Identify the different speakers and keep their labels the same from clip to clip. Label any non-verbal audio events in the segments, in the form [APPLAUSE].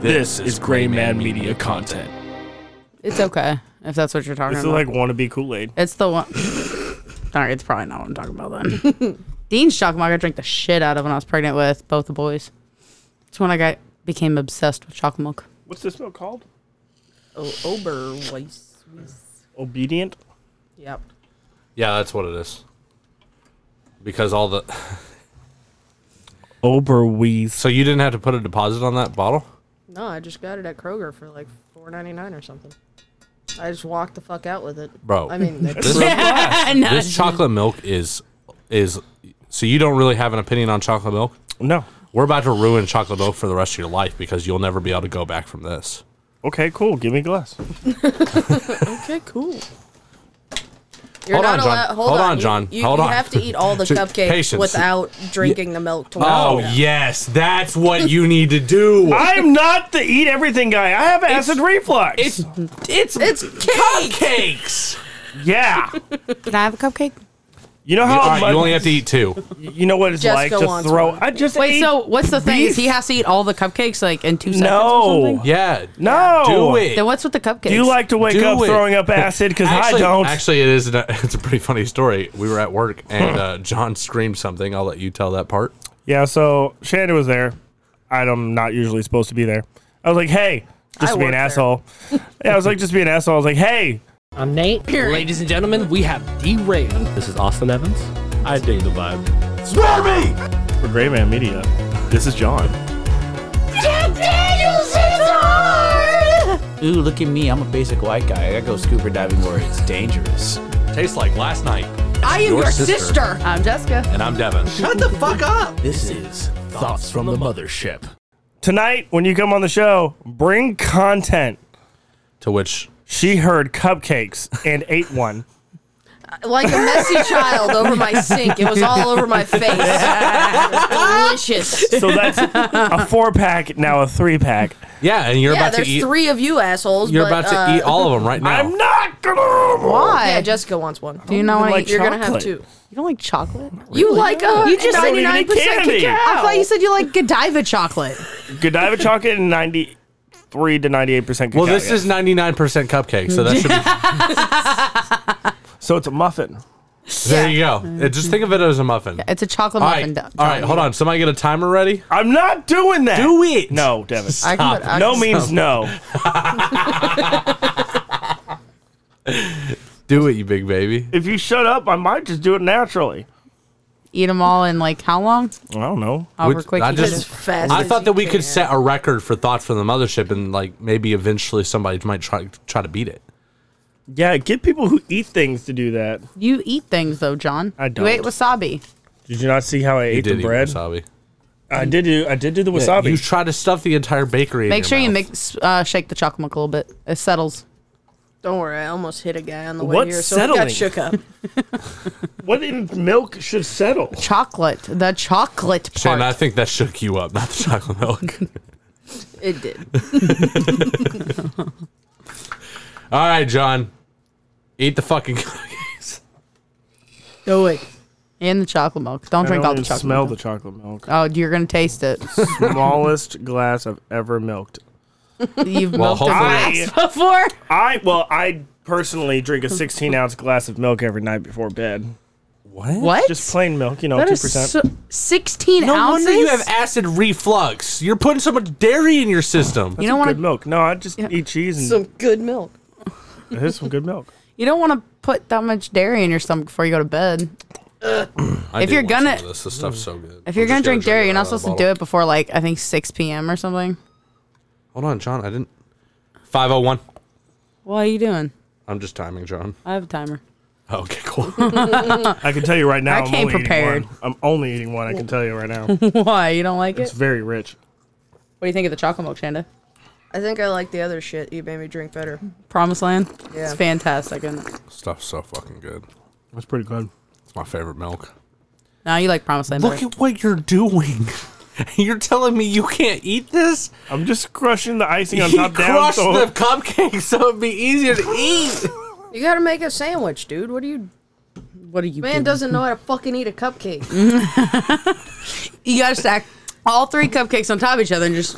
Speaker 1: This is Gray Man Media content.
Speaker 2: It's okay if that's what you're talking
Speaker 3: This is
Speaker 2: about.
Speaker 3: like wannabe Kool Aid.
Speaker 2: it's
Speaker 3: [LAUGHS]
Speaker 2: the one. All right, it's probably not what I'm talking about then. [LAUGHS] Dean's chocolate milk I drank the shit out of when I was pregnant with both the boys. It's when I got became obsessed with chocolate milk.
Speaker 3: What's this milk called?
Speaker 4: Oh, Oberweiss.
Speaker 3: Obedient.
Speaker 4: Yep.
Speaker 1: Yeah, that's what it is. Because all the
Speaker 3: Oberwees.
Speaker 1: so you didn't have to put a deposit on that bottle.
Speaker 4: No, I just got it at Kroger for like four ninety nine or something. I just walked the fuck out with it,
Speaker 1: Bro.
Speaker 4: I mean, like, [LAUGHS]
Speaker 1: This,
Speaker 2: No,
Speaker 1: this
Speaker 2: it's-
Speaker 1: chocolate milk is is so you don't really have an opinion on chocolate milk.
Speaker 3: No.
Speaker 1: We're about to ruin chocolate milk for the rest of your life because you'll never be able to go back from this.
Speaker 3: Okay, cool. Give me a glass.
Speaker 4: okay, cool.
Speaker 1: Hold on, John. Hold on, John.
Speaker 4: You,
Speaker 1: Hold
Speaker 4: you
Speaker 1: on.
Speaker 4: have to eat
Speaker 1: [LAUGHS]
Speaker 4: all the
Speaker 1: Just
Speaker 4: cupcakes
Speaker 1: patience.
Speaker 4: without drinking the milk. To
Speaker 1: Oh
Speaker 4: warm it up.
Speaker 1: yes, that's what you need to do.
Speaker 3: I'm not the eat everything guy. I have acid reflux.
Speaker 1: It's [LAUGHS] it's
Speaker 4: it's cake.
Speaker 1: cakes.
Speaker 3: yeah.
Speaker 2: Can I have a cupcake?
Speaker 3: You know
Speaker 1: You,
Speaker 3: how
Speaker 1: all right,
Speaker 3: much,
Speaker 1: you only have to eat two.
Speaker 3: you know what it's
Speaker 4: Jessica
Speaker 3: like to
Speaker 4: wants
Speaker 3: throw.
Speaker 4: one.
Speaker 3: I just
Speaker 2: Wait,
Speaker 3: ate-
Speaker 2: so what's the thing? Is he
Speaker 3: beef.
Speaker 2: has to eat all the cupcakes like in two seconds? Or
Speaker 3: no,
Speaker 2: something?
Speaker 1: Yeah.
Speaker 3: no.
Speaker 1: Do it.
Speaker 2: Then what's with the cupcakes?
Speaker 3: Do you like to wake
Speaker 1: Do
Speaker 3: up
Speaker 1: it.
Speaker 3: throwing up acid? Because I
Speaker 1: Actually-
Speaker 3: don't.
Speaker 1: Actually, it is. [LAUGHS] An, it's a pretty funny story. We were at work [LAUGHS] and uh, John screamed something. I'll let you tell that part.
Speaker 3: Yeah, so Shanda was there. I'm not usually supposed to be there. I was like, hey, just
Speaker 4: I
Speaker 3: be an
Speaker 4: work there. [LAUGHS]
Speaker 3: asshole. yeah, I was like, just be an asshole. I was like, hey,
Speaker 5: I'm Nate. Ladies and gentlemen, we have derailed. This is Austin Evans. I dig the vibe.
Speaker 3: for Gray Man Media, this is John.
Speaker 6: Ooh, look at me. I'm a basic white guy. I go scuba diving where it's dangerous.
Speaker 1: Tastes like last night.
Speaker 4: I am
Speaker 1: Your
Speaker 4: your,
Speaker 1: sister.
Speaker 4: sister. Uh,
Speaker 2: I'm Jessica.
Speaker 1: And I'm Devin.
Speaker 6: Shut the fuck up.
Speaker 5: This is Thoughts from the Mothership.
Speaker 3: Tonight, when you come on the show, bring content.
Speaker 1: to which
Speaker 3: She heard cupcakes and ate one.
Speaker 4: Like a messy child over my sink. It was all over my
Speaker 1: [LAUGHS]
Speaker 4: face. It was delicious.
Speaker 3: So that's
Speaker 4: [LAUGHS]
Speaker 3: a four pack, now a three pack.
Speaker 1: yeah, and you're
Speaker 4: yeah,
Speaker 1: about to
Speaker 4: there's
Speaker 1: eat.
Speaker 4: three of you assholes.
Speaker 1: you're
Speaker 4: but,
Speaker 1: about to
Speaker 4: uh,
Speaker 1: eat all of them right now.
Speaker 3: I'm not gonna.
Speaker 2: Why?
Speaker 4: Yeah, Jessica wants one.
Speaker 2: Do you not want to
Speaker 3: like
Speaker 2: eat?
Speaker 4: You're
Speaker 2: Your,
Speaker 4: gonna have
Speaker 3: chocolate.
Speaker 4: two.
Speaker 2: you don't like chocolate?
Speaker 4: You like uh,
Speaker 2: [LAUGHS] You just- I don't
Speaker 3: even eat
Speaker 4: 99%
Speaker 3: candy.
Speaker 4: cacao.
Speaker 2: I thought you said you like Godiva chocolate.
Speaker 3: Godiva chocolate and 93 to 98% cacao.
Speaker 1: well, this
Speaker 3: yeah.
Speaker 1: is 99% cupcake, so that should be.
Speaker 3: So it's a muffin.
Speaker 1: There you go. Yeah, just think of it as a muffin.
Speaker 2: It's a chocolate
Speaker 1: all
Speaker 2: muffin.
Speaker 1: right,
Speaker 2: duck.
Speaker 1: all right, hold on. Somebody get a timer ready.
Speaker 3: I'm not doing that.
Speaker 1: Do it.
Speaker 3: No, Devin.
Speaker 2: I can put, I
Speaker 3: No
Speaker 2: can-
Speaker 3: means no.
Speaker 1: Do it, you big baby.
Speaker 3: If you shut up, I might just do it naturally.
Speaker 2: eat them all in like how long?
Speaker 3: I don't know.
Speaker 2: However
Speaker 1: Which-
Speaker 2: quick.
Speaker 1: I
Speaker 2: you
Speaker 1: just-
Speaker 2: can.
Speaker 4: As fast
Speaker 1: I
Speaker 4: as
Speaker 1: thought
Speaker 4: you
Speaker 1: that we
Speaker 4: can.
Speaker 1: could set a record for thoughts from the mothership, and like maybe eventually somebody might try try to beat it.
Speaker 3: Yeah, get people who eat things to do that.
Speaker 2: you eat things though, John.
Speaker 3: I
Speaker 2: You ate
Speaker 3: don't.
Speaker 2: wasabi.
Speaker 3: Did you not see how I
Speaker 1: You
Speaker 3: ate
Speaker 1: did
Speaker 3: the
Speaker 1: eat
Speaker 3: bread?
Speaker 1: wasabi.
Speaker 3: I did do. I did do the wasabi.
Speaker 1: You try to stuff the entire bakery.
Speaker 2: Make
Speaker 1: in
Speaker 2: sure
Speaker 1: your
Speaker 2: you
Speaker 1: mouth.
Speaker 2: mix, uh, shake the chocolate milk a little bit. It settles.
Speaker 4: Don't worry, I almost hit a guy on the way
Speaker 3: What's
Speaker 4: here, so he
Speaker 3: settling?
Speaker 4: got shook up.
Speaker 3: what in milk should settle?
Speaker 2: Chocolate. The chocolate part.
Speaker 1: Shane, I think that shook you up, not the
Speaker 2: [LAUGHS]
Speaker 1: chocolate milk.
Speaker 4: [LAUGHS] It did.
Speaker 1: All right, John, eat the fucking [LAUGHS] cookies.
Speaker 2: Do it. And the chocolate milk. Don't drink all the chocolate.
Speaker 3: Smell the
Speaker 2: milk.
Speaker 3: chocolate milk. [LAUGHS]
Speaker 2: Oh, you're gonna taste it.
Speaker 3: Smallest glass I've ever milked.
Speaker 2: You've
Speaker 1: Well,
Speaker 2: milked a
Speaker 1: hopefully-
Speaker 2: glass before.
Speaker 3: I well, I personally drink a 16 ounce glass of milk every night before bed.
Speaker 2: What?
Speaker 3: Just plain milk, you know,
Speaker 2: That
Speaker 3: two
Speaker 2: is
Speaker 3: percent.
Speaker 2: so- sixteen
Speaker 1: No
Speaker 2: ounces.
Speaker 1: wonder you have acid reflux. You're putting so much dairy in your system.
Speaker 2: You don't
Speaker 3: good
Speaker 2: want to.
Speaker 3: milk. No, I just eat cheese [LAUGHS] and
Speaker 4: Some good milk.
Speaker 3: there's some good milk.
Speaker 2: You don't want to put that much dairy in your stomach before you go to bed. if you're gonna-
Speaker 1: this, this stuff's so good.
Speaker 2: If you're gonna drink dairy, you're not supposed to do it before like I think six p.m. or something.
Speaker 1: Hold on, John. I didn't. Five oh one.
Speaker 2: What are you doing?
Speaker 1: I'm just timing, John.
Speaker 2: I have a timer.
Speaker 1: [LAUGHS] Okay, [LAUGHS] cool.
Speaker 3: I can tell you right now.
Speaker 2: I
Speaker 3: I'm
Speaker 2: came
Speaker 3: only
Speaker 2: prepared.
Speaker 3: Eating one. I'm only eating one. I can tell you right now.
Speaker 2: [LAUGHS] Why you don't like it?
Speaker 3: It's very rich.
Speaker 2: What do you think of the chocolate milk, Shanda?
Speaker 4: I think I like the other shit. You made me drink better.
Speaker 2: Promised Land.
Speaker 4: Yeah.
Speaker 2: It's fantastic. is
Speaker 1: stuff's so fucking good.
Speaker 3: That's pretty good.
Speaker 1: It's my favorite milk.
Speaker 2: Now you like Promised Land.
Speaker 1: Look
Speaker 2: better.
Speaker 1: at what you're doing. [LAUGHS] You're telling me you can't eat this?
Speaker 3: I'm just crushing the icing on
Speaker 1: He
Speaker 3: top down.
Speaker 1: crushed
Speaker 3: So
Speaker 1: the cupcake so it'd be
Speaker 2: [LAUGHS]
Speaker 1: easier to eat.
Speaker 4: You gotta make a sandwich, dude. What do you?
Speaker 2: what are you?
Speaker 4: Man
Speaker 2: doing?
Speaker 4: doesn't know how to fucking eat a [LAUGHS] cupcake.
Speaker 2: you gotta stack all three cupcakes on top of each other and just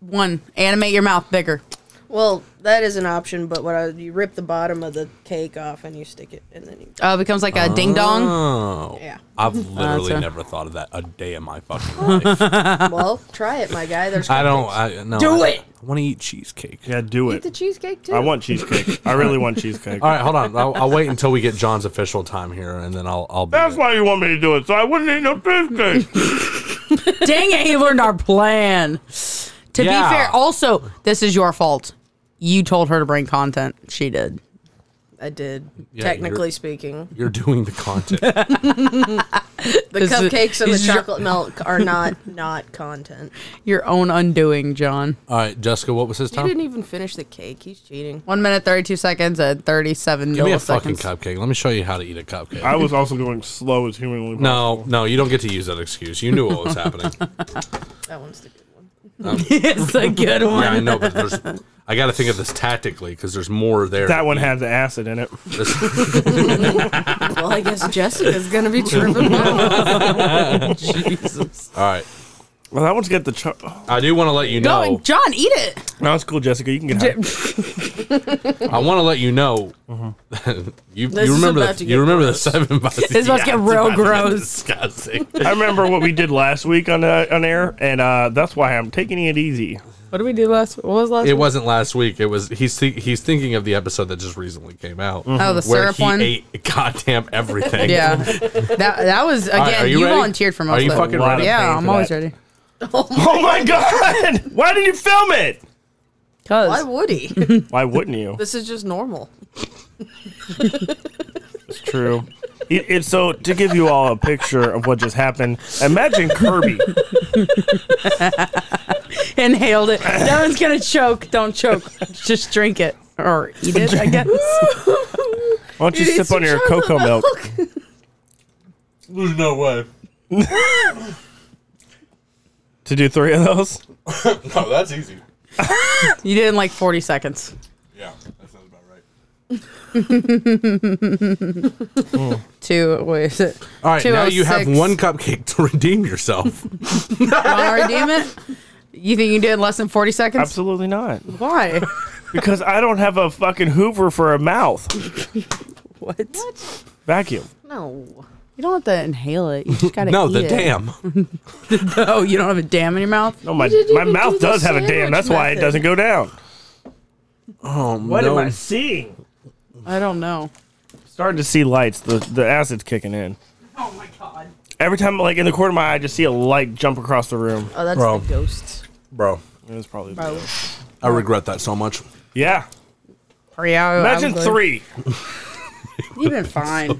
Speaker 2: One, animate your mouth bigger.
Speaker 4: Well, that is an option, but what I, you rip the bottom of the cake off and you stick it, and then you.
Speaker 2: Oh, it becomes like a ding dong.
Speaker 1: Oh.
Speaker 4: Yeah.
Speaker 1: I've literally
Speaker 2: a-
Speaker 1: never thought of that a day in
Speaker 4: [LAUGHS]
Speaker 1: my fucking life.
Speaker 4: Well, try it, my guy. There's.
Speaker 1: I don't. I, no,
Speaker 4: Do
Speaker 1: I,
Speaker 4: it!
Speaker 1: I want to eat cheesecake.
Speaker 3: Yeah, do
Speaker 4: Eat
Speaker 3: it.
Speaker 4: the cheesecake too.
Speaker 3: I want cheesecake. I really want cheesecake.
Speaker 1: All right, hold on. I'll, I'll wait until we get John's official time here, and then I'll. I'll be
Speaker 3: That's
Speaker 1: good.
Speaker 3: why you want me to do it, so I wouldn't eat no cheesecake.
Speaker 2: [LAUGHS] Dang it, he learned our plan. To
Speaker 1: Yeah.
Speaker 2: be fair, also, this is your fault. You told her to bring content. She did.
Speaker 4: I did.
Speaker 1: Yeah,
Speaker 4: technically
Speaker 1: you're-
Speaker 4: speaking,
Speaker 1: You're doing
Speaker 4: [LAUGHS]
Speaker 1: the content.
Speaker 4: the
Speaker 2: This is-
Speaker 4: cupcakes and the
Speaker 2: this is your-
Speaker 4: chocolate milk are not not content.
Speaker 2: Your own undoing, John.
Speaker 1: All right, Jessica, what was his
Speaker 4: You
Speaker 1: time?
Speaker 4: didn't even finish the cake. He's cheating.
Speaker 2: One minute, 32 seconds, and 37
Speaker 1: Give me a fucking
Speaker 2: milliseconds.
Speaker 1: cupcake. Let me show you how to eat a
Speaker 3: [LAUGHS]
Speaker 1: cupcake.
Speaker 3: I was also going slow as humanly possible.
Speaker 1: no, no, you don't get to use that excuse. You knew what
Speaker 4: [LAUGHS]
Speaker 1: was happening.
Speaker 4: That one's the good one.
Speaker 2: [LAUGHS] it's a good one.
Speaker 1: Yeah, I know, but there's. I got to think of this tactically because there's more there.
Speaker 3: That one had the acid in it.
Speaker 1: This-
Speaker 4: Well, I guess Jessica's gonna be tripping.
Speaker 2: [LAUGHS]
Speaker 4: balls.
Speaker 1: [LAUGHS]
Speaker 2: Jesus.
Speaker 1: all right,
Speaker 3: Well, that one's got the. Cho- oh,
Speaker 1: I do want to let you
Speaker 2: Go
Speaker 1: know.
Speaker 2: and John, eat it.
Speaker 3: no, it's cool, Jessica. You can get high.
Speaker 2: [LAUGHS]
Speaker 1: I want to let you know. [LAUGHS]
Speaker 4: This
Speaker 1: you, you
Speaker 4: is
Speaker 1: remember
Speaker 4: about
Speaker 1: the
Speaker 4: to
Speaker 1: you
Speaker 4: get
Speaker 1: remember the seven by
Speaker 2: This is about to get real [LAUGHS] gross.
Speaker 1: disgusting.
Speaker 3: I remember what we did last week on uh, on air, and uh, that's why I'm taking it easy.
Speaker 2: What did we do last? What was last?
Speaker 1: It wasn't last week. It was he's thi- he's thinking of the episode that just recently came out.
Speaker 2: Oh, the
Speaker 1: where
Speaker 2: syrup
Speaker 1: he
Speaker 2: one?
Speaker 1: ate goddamn
Speaker 2: [LAUGHS]
Speaker 1: everything.
Speaker 2: Yeah, that that was again.
Speaker 1: All right, are
Speaker 2: you,
Speaker 1: ready?
Speaker 2: volunteered for most
Speaker 1: Are you
Speaker 2: of it.
Speaker 1: fucking
Speaker 3: Wow.
Speaker 1: ready?
Speaker 2: yeah,
Speaker 3: paying
Speaker 2: I'm
Speaker 3: for
Speaker 2: always
Speaker 3: that.
Speaker 2: ready.
Speaker 3: Oh my god! [LAUGHS] Why did you film it?
Speaker 4: Why
Speaker 2: Cause
Speaker 4: would he? [LAUGHS]
Speaker 3: Why wouldn't you?
Speaker 4: This is just normal.
Speaker 3: It's true. [LAUGHS] It, it's so to give you all a picture of what just happened. Imagine Kirby.
Speaker 2: inhaled [LAUGHS] it. That one's gonna choke. Don't choke. Just drink it or eat it. I [LAUGHS] guess.
Speaker 3: Why don't you
Speaker 4: You need
Speaker 3: sip
Speaker 4: some
Speaker 3: on your
Speaker 4: chocolate
Speaker 3: cocoa milk?
Speaker 1: There's no way.
Speaker 3: To do three of those?
Speaker 1: No, that's easy.
Speaker 2: you did in like 40 seconds.
Speaker 1: Yeah, that sounds about right.
Speaker 2: Two. What is it?
Speaker 1: All right, now you have
Speaker 2: 206.
Speaker 1: one cupcake to [LAUGHS] redeem
Speaker 2: [LAUGHS]
Speaker 1: yourself.
Speaker 2: Want to redeem it? You think you did in less than 40 seconds?
Speaker 3: Absolutely not.
Speaker 2: [LAUGHS] Why?
Speaker 3: Because I don't have a fucking Hoover for a mouth.
Speaker 2: What?
Speaker 3: Vacuum.
Speaker 4: No.
Speaker 2: You don't have to inhale it. You [LAUGHS] just gotta.
Speaker 1: no,
Speaker 2: eat
Speaker 1: the
Speaker 2: it.
Speaker 1: damn.
Speaker 2: Oh, you don't have a dam in your mouth.
Speaker 3: No, my,
Speaker 4: didn't
Speaker 3: my
Speaker 4: even do
Speaker 3: mouth
Speaker 4: the
Speaker 3: does have a dam.
Speaker 4: sandwich
Speaker 3: That's why it
Speaker 4: method.
Speaker 3: doesn't go down.
Speaker 1: Oh,
Speaker 3: What
Speaker 1: no.
Speaker 3: am I seeing?
Speaker 2: I don't know.
Speaker 3: Starting to see lights. The the acid's kicking in.
Speaker 2: Oh my god.
Speaker 3: Every time, like in the corner of my eye, I just see a light jump across the room.
Speaker 4: Oh, that's
Speaker 1: Bro.
Speaker 4: the ghosts.
Speaker 1: Bro,
Speaker 3: It was probably the
Speaker 4: Bro.
Speaker 3: ghost.
Speaker 1: I regret that so much.
Speaker 3: yeah.
Speaker 2: Hurry out.
Speaker 3: Imagine
Speaker 2: I'm good.
Speaker 3: three.
Speaker 2: You've [LAUGHS] been fine.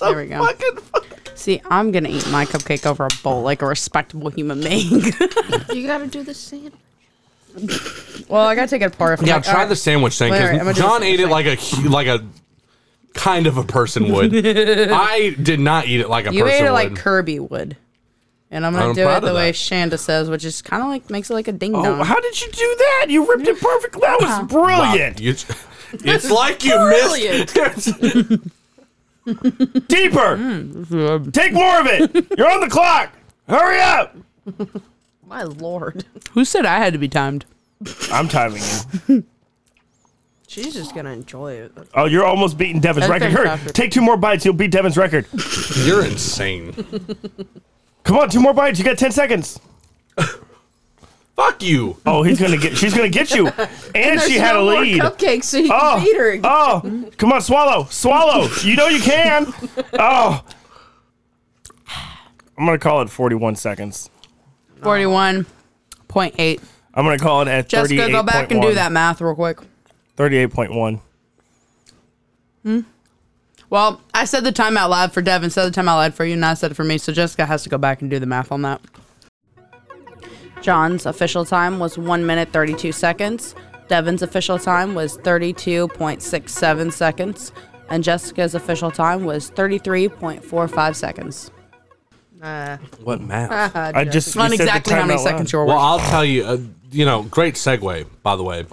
Speaker 2: there we go. See, I'm gonna eat my cupcake over a bowl like a respectable human being. [LAUGHS]
Speaker 4: You gotta do the sandwich.
Speaker 2: well, I gotta take it apart. If
Speaker 1: Yeah,
Speaker 2: I'm like,
Speaker 1: try
Speaker 2: alright.
Speaker 1: the sandwich thing
Speaker 2: Wait, wait, I'm gonna
Speaker 1: because
Speaker 2: do the
Speaker 1: John ate it
Speaker 2: sandwich
Speaker 1: like a hu- like a kind of a person would.
Speaker 2: [LAUGHS]
Speaker 1: I did not eat it like a
Speaker 2: You
Speaker 1: person
Speaker 2: ate it
Speaker 1: would.
Speaker 2: like Kirby would, and I'm gonna
Speaker 1: I'm
Speaker 2: do
Speaker 1: proud
Speaker 2: it the
Speaker 1: of
Speaker 2: way
Speaker 1: that.
Speaker 2: Shanda says, which is kind of like makes it like a ding dong.
Speaker 3: Oh, how did you do that? You ripped it perfectly. That
Speaker 2: Uh-huh.
Speaker 3: was brilliant.
Speaker 1: You-
Speaker 2: [LAUGHS]
Speaker 1: it's like you missed.
Speaker 3: Deeper. [LAUGHS] Take more of it. You're on the clock. Hurry up.
Speaker 4: My lord.
Speaker 2: Who said I had to be timed?
Speaker 3: I'm timing you.
Speaker 4: She's just gonna enjoy it.
Speaker 3: Oh, you're almost beating Devin's
Speaker 2: That's
Speaker 3: record. Hurry,
Speaker 2: fantastic.
Speaker 3: take two more bites. You'll beat Devin's record.
Speaker 1: You're insane.
Speaker 3: Come on, two more bites. You got 10 seconds.
Speaker 1: Fuck you.
Speaker 3: Oh, he's going to get, she's going to get
Speaker 2: [LAUGHS]
Speaker 3: you. And, she
Speaker 4: There's
Speaker 3: had
Speaker 4: no
Speaker 3: a
Speaker 4: more
Speaker 3: lead.
Speaker 4: Cupcakes, [LAUGHS] so you
Speaker 3: Oh,
Speaker 4: can beat her. again.
Speaker 3: oh, come on, swallow, swallow. You know you can. Oh, I'm gonna call it 41 seconds.
Speaker 2: Forty-one point eight.
Speaker 3: I'm gonna call it at
Speaker 2: Jessica,
Speaker 3: 38.1.
Speaker 2: go back and do that math real quick.
Speaker 3: 38.1.
Speaker 2: Well, I said the time out loud for Devin, said the time out loud for you, and I said it for me. So Jessica has to go back and do the math on that. John's official time was 1 minute 32 seconds. Devin's official time was 32.67 seconds. And Jessica's official time was 33.45 seconds.
Speaker 4: Nah.
Speaker 1: What
Speaker 2: Ah,
Speaker 1: math?
Speaker 4: Uh,
Speaker 3: Mm. I just
Speaker 2: Not
Speaker 3: you said the
Speaker 2: exactly how
Speaker 3: time
Speaker 2: many
Speaker 3: out loud.
Speaker 2: seconds you were
Speaker 1: well,
Speaker 2: working.
Speaker 1: I'll tell you. Uh, you know, great segue by the way,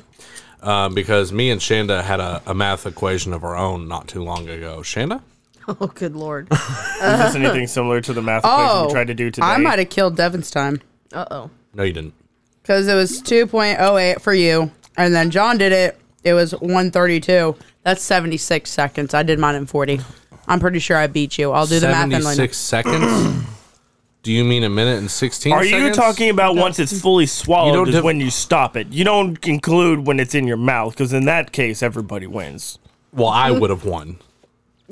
Speaker 1: um, because me and Shanda had a, a math equation of our own not too long ago. Shanda.
Speaker 4: Oh, good lord.
Speaker 3: Is
Speaker 2: [LAUGHS] Oh,
Speaker 3: this anything similar to the math equation we tried to do today?
Speaker 2: I might have killed Devin's time.
Speaker 4: Uh oh.
Speaker 1: No, you didn't.
Speaker 2: because it was 2.08 for you, and then John did it. It was 132. That's 76 seconds. I did mine in 40. I'm pretty sure I beat you. I'll do the math and like, [CLEARS THROAT]
Speaker 1: Seventy-six seconds. Do you mean a minute and sixteen?
Speaker 3: Are you
Speaker 1: seconds?
Speaker 3: talking about once it's fully swallowed
Speaker 1: don't
Speaker 3: is
Speaker 1: div-
Speaker 3: when you stop it? You don't include when it's in your mouth because in that case everybody wins.
Speaker 1: Well, I would have won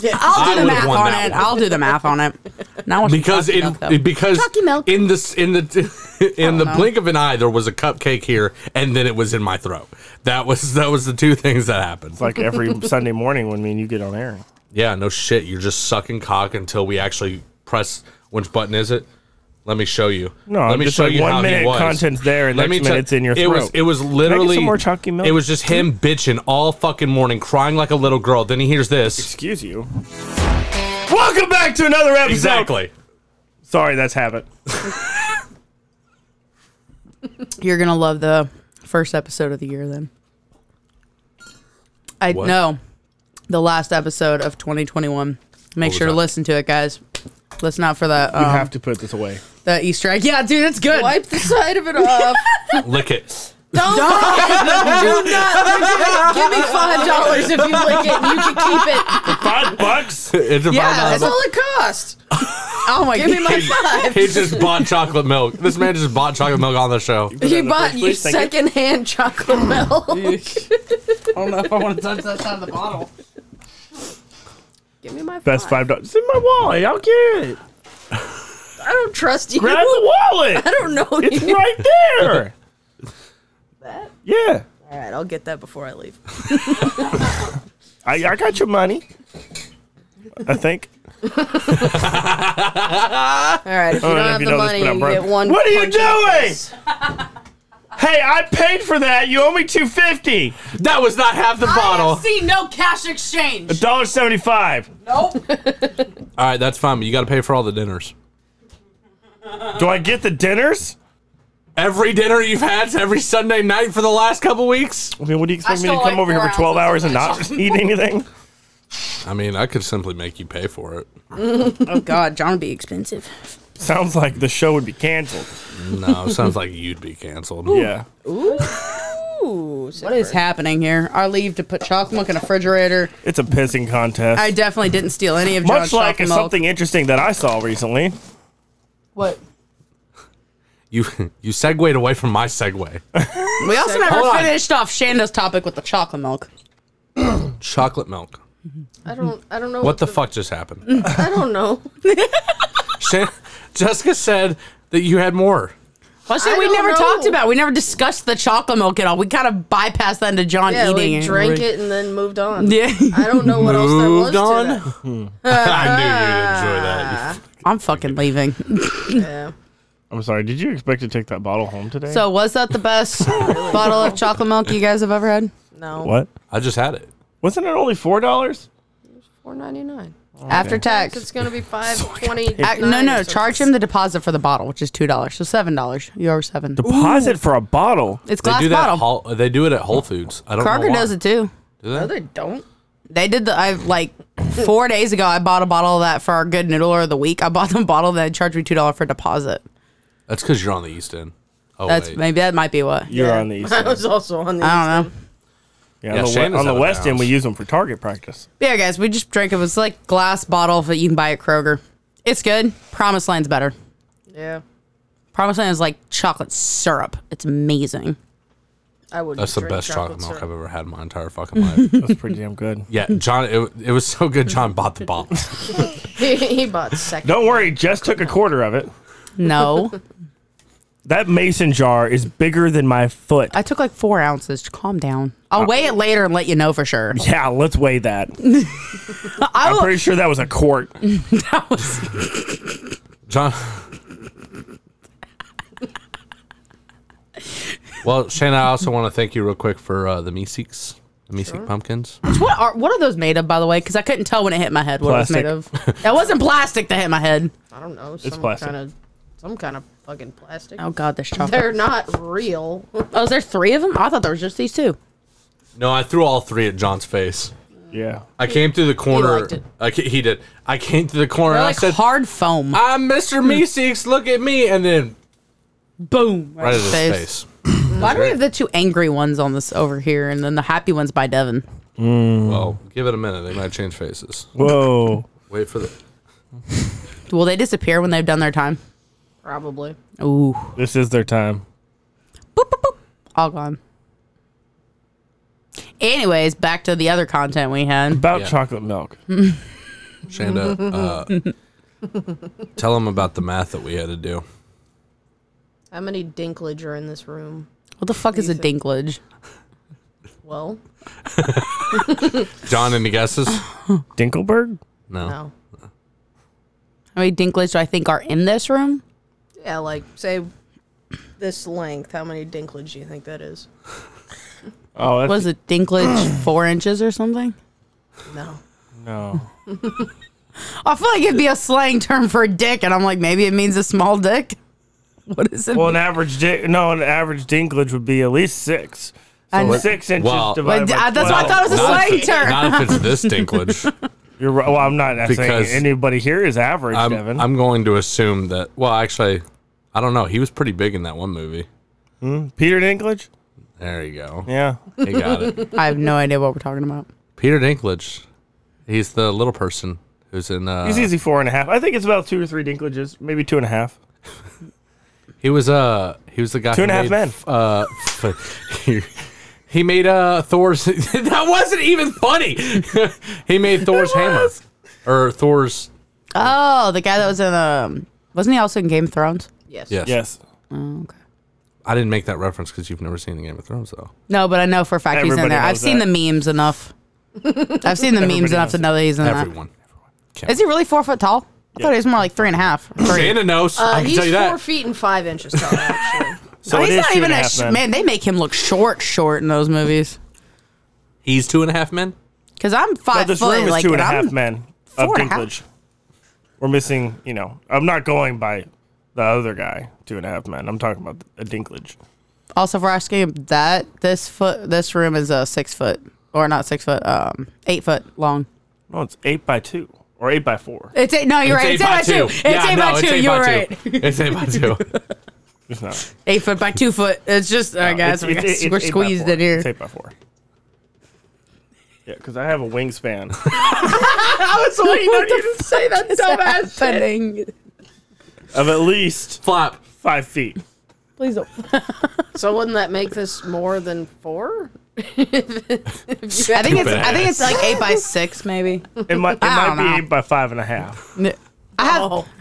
Speaker 2: I'll
Speaker 1: I
Speaker 2: do the
Speaker 1: would've
Speaker 2: math
Speaker 1: won
Speaker 2: on
Speaker 1: that
Speaker 2: it.
Speaker 1: one.
Speaker 2: I'll do the math on it. Now we're
Speaker 1: because
Speaker 2: talking
Speaker 1: it,
Speaker 2: about that.
Speaker 1: it- because
Speaker 4: Cocky milk. Uh-huh.
Speaker 1: in this in the [LAUGHS] in the
Speaker 2: know.
Speaker 1: blink of an eye there was a cupcake here and then it was in my throat. That was [LAUGHS] that was the two things that happened.
Speaker 3: It's like
Speaker 2: [LAUGHS]
Speaker 3: every Sunday morning when me and you get on air.
Speaker 1: Yeah, no shit. You're just sucking cock until we actually press. Which button is it? Let me show you.
Speaker 3: No,
Speaker 1: let
Speaker 3: I'm
Speaker 1: me
Speaker 3: just like one minute content's there and next
Speaker 1: tell-
Speaker 3: minute's in your
Speaker 1: It was
Speaker 3: throat.
Speaker 1: it was literally
Speaker 3: some more chalky milk?
Speaker 1: It was just him bitching all fucking morning, crying like a little girl. Then he hears this.
Speaker 3: Excuse you. Welcome back to another episode.
Speaker 1: Exactly.
Speaker 3: Sorry, that's habit.
Speaker 2: You're gonna love the first episode of the year then. I
Speaker 1: What?
Speaker 2: know the last episode of 2021. Make
Speaker 1: was
Speaker 2: sure to
Speaker 1: that?
Speaker 2: listen to it, guys. Listen out for the
Speaker 3: You
Speaker 2: um,
Speaker 3: have to put this away.
Speaker 2: the Easter egg. Yeah, dude, it's good.
Speaker 4: Wipe the side of it off. [LAUGHS]
Speaker 1: Lick it.
Speaker 4: Don't, [LAUGHS] do not give me five dollars if you lick it. and You can keep [LAUGHS] it.
Speaker 3: Five bucks.
Speaker 1: It's about
Speaker 2: Yeah,
Speaker 4: That's all it costs. [LAUGHS]
Speaker 2: Oh my
Speaker 4: Give me
Speaker 3: [LAUGHS]
Speaker 4: my
Speaker 1: He
Speaker 4: five.
Speaker 1: just bought chocolate milk. This man just bought chocolate milk on the show.
Speaker 4: He bought
Speaker 3: Please,
Speaker 4: you
Speaker 3: thank you.
Speaker 4: secondhand
Speaker 3: [LAUGHS]
Speaker 4: chocolate milk.
Speaker 2: [LAUGHS] I don't know if I want to touch that side of the bottle.
Speaker 4: Give me my
Speaker 3: Best five dollars. It's in my wallet. I'll get it.
Speaker 4: I don't trust you.
Speaker 3: Grab the wallet.
Speaker 4: I don't know
Speaker 3: It's
Speaker 4: you.
Speaker 3: right there.
Speaker 4: That?
Speaker 3: [LAUGHS] Yeah.
Speaker 4: All right, I'll get that before I leave.
Speaker 3: I, I got your money. I think.
Speaker 4: All right, if you
Speaker 3: All
Speaker 4: don't
Speaker 3: right,
Speaker 4: have
Speaker 3: if you
Speaker 4: the
Speaker 3: know this,
Speaker 4: money,
Speaker 3: but I'm
Speaker 4: you
Speaker 3: broke.
Speaker 4: get one.
Speaker 3: What are you
Speaker 4: punch in the
Speaker 3: doing?
Speaker 4: face.
Speaker 3: Hey, I paid for that. You owe me two fifty.
Speaker 1: That was not half the bottle. All
Speaker 2: See, no cash exchange.
Speaker 3: Dollar seventy five.
Speaker 1: right, that's fine. But you got to pay for all the dinners.
Speaker 3: Do I get the dinners?
Speaker 1: Every dinner you've had every Sunday night for the last couple weeks.
Speaker 3: I mean, what do you expect
Speaker 2: I
Speaker 3: me to
Speaker 2: stole,
Speaker 3: come
Speaker 2: like,
Speaker 3: over here
Speaker 2: four
Speaker 3: for twelve hours
Speaker 2: ounces
Speaker 3: and not eat anything?
Speaker 1: I mean, I could simply make you pay for it.
Speaker 2: Oh God, John would be expensive.
Speaker 3: Sounds like the show would be canceled.
Speaker 1: No, it sounds like you'd be canceled.
Speaker 3: Yeah.
Speaker 4: Ooh,
Speaker 2: What is happening here? I leave to put chocolate milk in a refrigerator.
Speaker 3: It's a pissing contest.
Speaker 2: I definitely didn't steal any of
Speaker 3: Much
Speaker 2: John's
Speaker 3: like
Speaker 2: chocolate milk.
Speaker 3: something interesting that I saw recently.
Speaker 2: What?
Speaker 1: You you segued away from my segue.
Speaker 2: We also never
Speaker 1: Hold on.
Speaker 2: finished off Shanda's topic with the chocolate milk.
Speaker 1: Chocolate milk.
Speaker 4: I don't. I don't know.
Speaker 1: What the fuck just happened?
Speaker 4: [LAUGHS] I
Speaker 3: [LAUGHS]
Speaker 4: don't know.
Speaker 1: Shan- Jessica said that you had more.
Speaker 2: Plus,
Speaker 4: I
Speaker 2: we
Speaker 4: don't
Speaker 2: never
Speaker 4: know.
Speaker 2: talked about. it. We never discussed the chocolate milk at all. We kind of bypassed that into John
Speaker 4: Yeah,
Speaker 2: eating
Speaker 4: like
Speaker 2: it.
Speaker 4: drank it and then moved on.
Speaker 2: Yeah.
Speaker 4: I don't know what
Speaker 2: [LAUGHS]
Speaker 4: else there was
Speaker 1: Moved
Speaker 4: to
Speaker 1: on. I knew
Speaker 4: that.
Speaker 1: you'd [LAUGHS] enjoy that.
Speaker 4: [LAUGHS]
Speaker 1: You
Speaker 2: I'm fucking leaving.
Speaker 4: Yeah.
Speaker 3: I'm sorry. Did you expect to take that bottle home today?
Speaker 2: So, was that the
Speaker 4: [LAUGHS]
Speaker 2: best bottle of chocolate milk you guys have ever had?
Speaker 4: No.
Speaker 3: what?
Speaker 1: f- I just had it.
Speaker 3: Wasn't it only four dollars?
Speaker 4: Four ninety nine.
Speaker 2: After
Speaker 4: It's
Speaker 2: tax.
Speaker 4: gonna be five twenty.
Speaker 2: Uh, no, no. Charge him the deposit for the bottle, which is two dollars. So seven dollars. You owe seven.
Speaker 3: Deposit for a bottle.
Speaker 2: It's
Speaker 1: They
Speaker 2: glass
Speaker 1: do that.
Speaker 2: bottle.
Speaker 1: Whole, they do it at Whole Foods. I don't know
Speaker 2: Kroger
Speaker 1: why.
Speaker 2: does it too.
Speaker 1: Do they?
Speaker 4: No, they don't.
Speaker 2: They did the I like four days ago. I bought a bottle of that for our good noodler of the week. I bought [LAUGHS] them a bottle that charged me two dollars for deposit.
Speaker 1: That's because you're on the East End. Oh,
Speaker 2: That's
Speaker 1: wait.
Speaker 2: maybe that might be what.
Speaker 3: You're on the
Speaker 2: [LAUGHS]
Speaker 3: east.
Speaker 4: I
Speaker 3: End.
Speaker 4: was also on the.
Speaker 2: I don't know.
Speaker 3: Yeah,
Speaker 1: Yeah,
Speaker 3: on the,
Speaker 1: Shane
Speaker 3: we-
Speaker 1: is
Speaker 3: on the
Speaker 1: out of
Speaker 3: west end,
Speaker 1: bounds.
Speaker 3: we use them for target practice.
Speaker 2: But yeah, guys, we just drank it. It was like glass bottle that you can buy at Kroger. It's good. Promise Land's better.
Speaker 4: Yeah.
Speaker 2: Promise Land is like chocolate syrup. It's amazing.
Speaker 4: I would.
Speaker 1: That's the
Speaker 4: drink
Speaker 1: best chocolate milk
Speaker 4: syrup.
Speaker 1: I've ever had in my entire fucking
Speaker 2: [LAUGHS]
Speaker 1: life.
Speaker 3: That's pretty damn [LAUGHS] good.
Speaker 1: yeah, John, it, it was so good. John bought the bottle.
Speaker 4: he, [LAUGHS] he bought second.
Speaker 3: Don't worry, Jess took a quarter of it.
Speaker 2: No,
Speaker 3: That mason jar is bigger than my foot.
Speaker 2: I took like four ounces. Calm down. I'll weigh it later and let you know for sure.
Speaker 3: yeah, let's weigh that.
Speaker 2: [LAUGHS] I
Speaker 3: I'm
Speaker 2: will.
Speaker 3: pretty sure that was a
Speaker 2: [LAUGHS]
Speaker 3: quart.
Speaker 2: That was,
Speaker 1: John. [LAUGHS] well, Shana, I also want to thank you real quick for uh, the Meeseeks, the Meeseek pumpkins.
Speaker 2: what are what are those made of, by the way? Because I couldn't tell when it hit my head what it was
Speaker 3: Plastic.
Speaker 2: made of. that wasn't plastic that hit my head.
Speaker 4: I don't know. Some
Speaker 3: plastic.
Speaker 4: kind of. Some kind of fucking plastic.
Speaker 2: Oh God, this chocolate.
Speaker 4: They're not real. [LAUGHS]
Speaker 2: Oh, is there three of them? I thought there was just these two.
Speaker 1: No, I threw all three at John's face.
Speaker 3: Yeah.
Speaker 1: I came through the corner.
Speaker 4: liked it.
Speaker 1: I ca- he did. I came through the corner.
Speaker 2: They're
Speaker 1: and I
Speaker 2: like
Speaker 1: said,
Speaker 2: hard foam.
Speaker 1: "I'm Mr. Meeseeks. Look at me!" And then
Speaker 2: Boom.
Speaker 1: right in his face.
Speaker 2: Why do we have the two angry ones on this over here, and then the happy ones by Devin?
Speaker 1: Well, Oh, give it a minute. They might change faces.
Speaker 3: Whoa.
Speaker 1: Wait for the.
Speaker 2: Will they disappear when they've done their time?
Speaker 4: Probably.
Speaker 2: Ooh,
Speaker 3: This is their time.
Speaker 2: all gone. Anyways, back to the other content we had.
Speaker 3: About
Speaker 1: Yeah.
Speaker 3: chocolate milk.
Speaker 1: Shanda, uh, tell them about the math that we had to do.
Speaker 4: How many Dinklage are in this room?
Speaker 2: What the fuck is a dinklage?
Speaker 4: Well,
Speaker 1: John, any guesses?
Speaker 3: Dinkelberg?
Speaker 1: No.
Speaker 2: How
Speaker 4: no.
Speaker 2: many dinklage do I think are in this room?
Speaker 4: Yeah, like say this length. How many Dinklage do you think that is?
Speaker 3: Oh, that's
Speaker 2: Was it dinklage [CLEARS THROAT] four inches or something?
Speaker 4: No.
Speaker 3: no.
Speaker 2: I feel like it'd be a slang term for a dick, and I'm like, maybe it means a small dick. [LAUGHS] What is it?
Speaker 3: Well, an average di- no, an average dinklage would be at least six. So
Speaker 2: And-
Speaker 3: six inches
Speaker 1: Well-
Speaker 3: divided
Speaker 2: But
Speaker 3: by
Speaker 2: I- that's what I
Speaker 3: 12.
Speaker 2: thought it was a
Speaker 1: Not
Speaker 2: slang
Speaker 1: if,
Speaker 2: term.
Speaker 1: not if it's
Speaker 2: [LAUGHS]
Speaker 1: this dinklage.
Speaker 3: You're right. Well, I'm not saying
Speaker 1: Because-
Speaker 3: anybody here is average,
Speaker 1: I'm,
Speaker 3: Devin.
Speaker 1: I'm going to assume that. Well, actually, I don't know. He was pretty big in that one movie.
Speaker 3: Peter Dinklage?
Speaker 1: There you go.
Speaker 3: Yeah.
Speaker 1: He
Speaker 2: [LAUGHS]
Speaker 1: got it.
Speaker 2: I have no idea what we're talking about.
Speaker 1: Peter Dinklage. He's the little person who's in. Uh,
Speaker 3: He's easy four and a half. I think it's about two or three dinklages, maybe two and a half.
Speaker 1: He was uh he was the guy
Speaker 3: Two and
Speaker 1: who
Speaker 3: a half
Speaker 1: made,
Speaker 3: men.
Speaker 1: Uh, f- he, [LAUGHS] he made uh Thor's. [LAUGHS] that wasn't even funny. [LAUGHS] he made Thor's hammer or Thor's.
Speaker 2: Oh, the guy that was in um, wasn't he also in Game of Thrones?
Speaker 4: Yes.
Speaker 1: Yes.
Speaker 3: Yes.
Speaker 1: I didn't make that reference because you've never seen the Game of Thrones though.
Speaker 2: No, but I know for a fact he's in
Speaker 3: Everybody
Speaker 2: there. I've
Speaker 3: knows
Speaker 2: seen the
Speaker 3: that.
Speaker 2: memes enough. I've seen the
Speaker 3: [LAUGHS]
Speaker 2: memes
Speaker 3: Everybody
Speaker 2: enough
Speaker 3: knows
Speaker 2: to know that he's in there.
Speaker 1: Everyone.
Speaker 2: Is he really four foot tall? I thought he was more like three and
Speaker 3: [LAUGHS]
Speaker 2: a half. or Three.
Speaker 1: Santa knows.
Speaker 4: Uh,
Speaker 1: I can
Speaker 4: he's
Speaker 1: tell you
Speaker 4: four
Speaker 1: that.
Speaker 4: feet and five inches
Speaker 1: [LAUGHS]
Speaker 4: tall, actually.
Speaker 3: So it
Speaker 2: he's
Speaker 3: is
Speaker 2: not
Speaker 3: two
Speaker 2: even
Speaker 3: and a
Speaker 2: a
Speaker 3: half
Speaker 2: sh-
Speaker 3: men.
Speaker 2: man. They make him look short, short in those movies.
Speaker 1: He's two and a half men.
Speaker 2: Because I'm
Speaker 3: No,
Speaker 2: five
Speaker 3: this
Speaker 2: foot,
Speaker 3: room is
Speaker 2: like
Speaker 3: two and a
Speaker 2: and
Speaker 3: half
Speaker 2: I'm-
Speaker 3: men of
Speaker 2: four and a half.
Speaker 3: dinklage. We're missing, you know, I'm not going by the other guy, two and a half men. I'm talking about a dinklage.
Speaker 2: Also, for asking that this foot, this room is a uh, six foot or not six foot, um, eight foot long.
Speaker 3: No, it's eight by two or eight by four.
Speaker 2: It's eight. No, you're right. It's eight by two. It's
Speaker 1: Yeah,
Speaker 2: eight
Speaker 1: no,
Speaker 2: by two.
Speaker 1: eight
Speaker 2: You're
Speaker 1: by
Speaker 2: right.
Speaker 1: two. [LAUGHS] It's eight
Speaker 2: [LAUGHS]
Speaker 1: by two.
Speaker 3: It's not.
Speaker 2: Eight foot by two foot. It's just, I guess
Speaker 3: It's-
Speaker 2: we're,
Speaker 3: it's-
Speaker 2: gonna-
Speaker 3: it's
Speaker 2: we're
Speaker 3: eight by
Speaker 2: squeezed
Speaker 3: four.
Speaker 2: in here.
Speaker 3: It's eight by four. Yeah, because I have a wingspan.
Speaker 2: I was waiting on you to say that dumbass thing.
Speaker 3: of at least
Speaker 1: Flop.
Speaker 3: five feet.
Speaker 2: Please don't.
Speaker 4: so wouldn't that make this more than four?
Speaker 2: I think it's.
Speaker 1: Stupid
Speaker 2: I think it's like eight by six, maybe.
Speaker 3: It might, it
Speaker 2: I
Speaker 3: might
Speaker 2: don't
Speaker 3: be
Speaker 2: know.
Speaker 3: eight by five and a half.
Speaker 2: I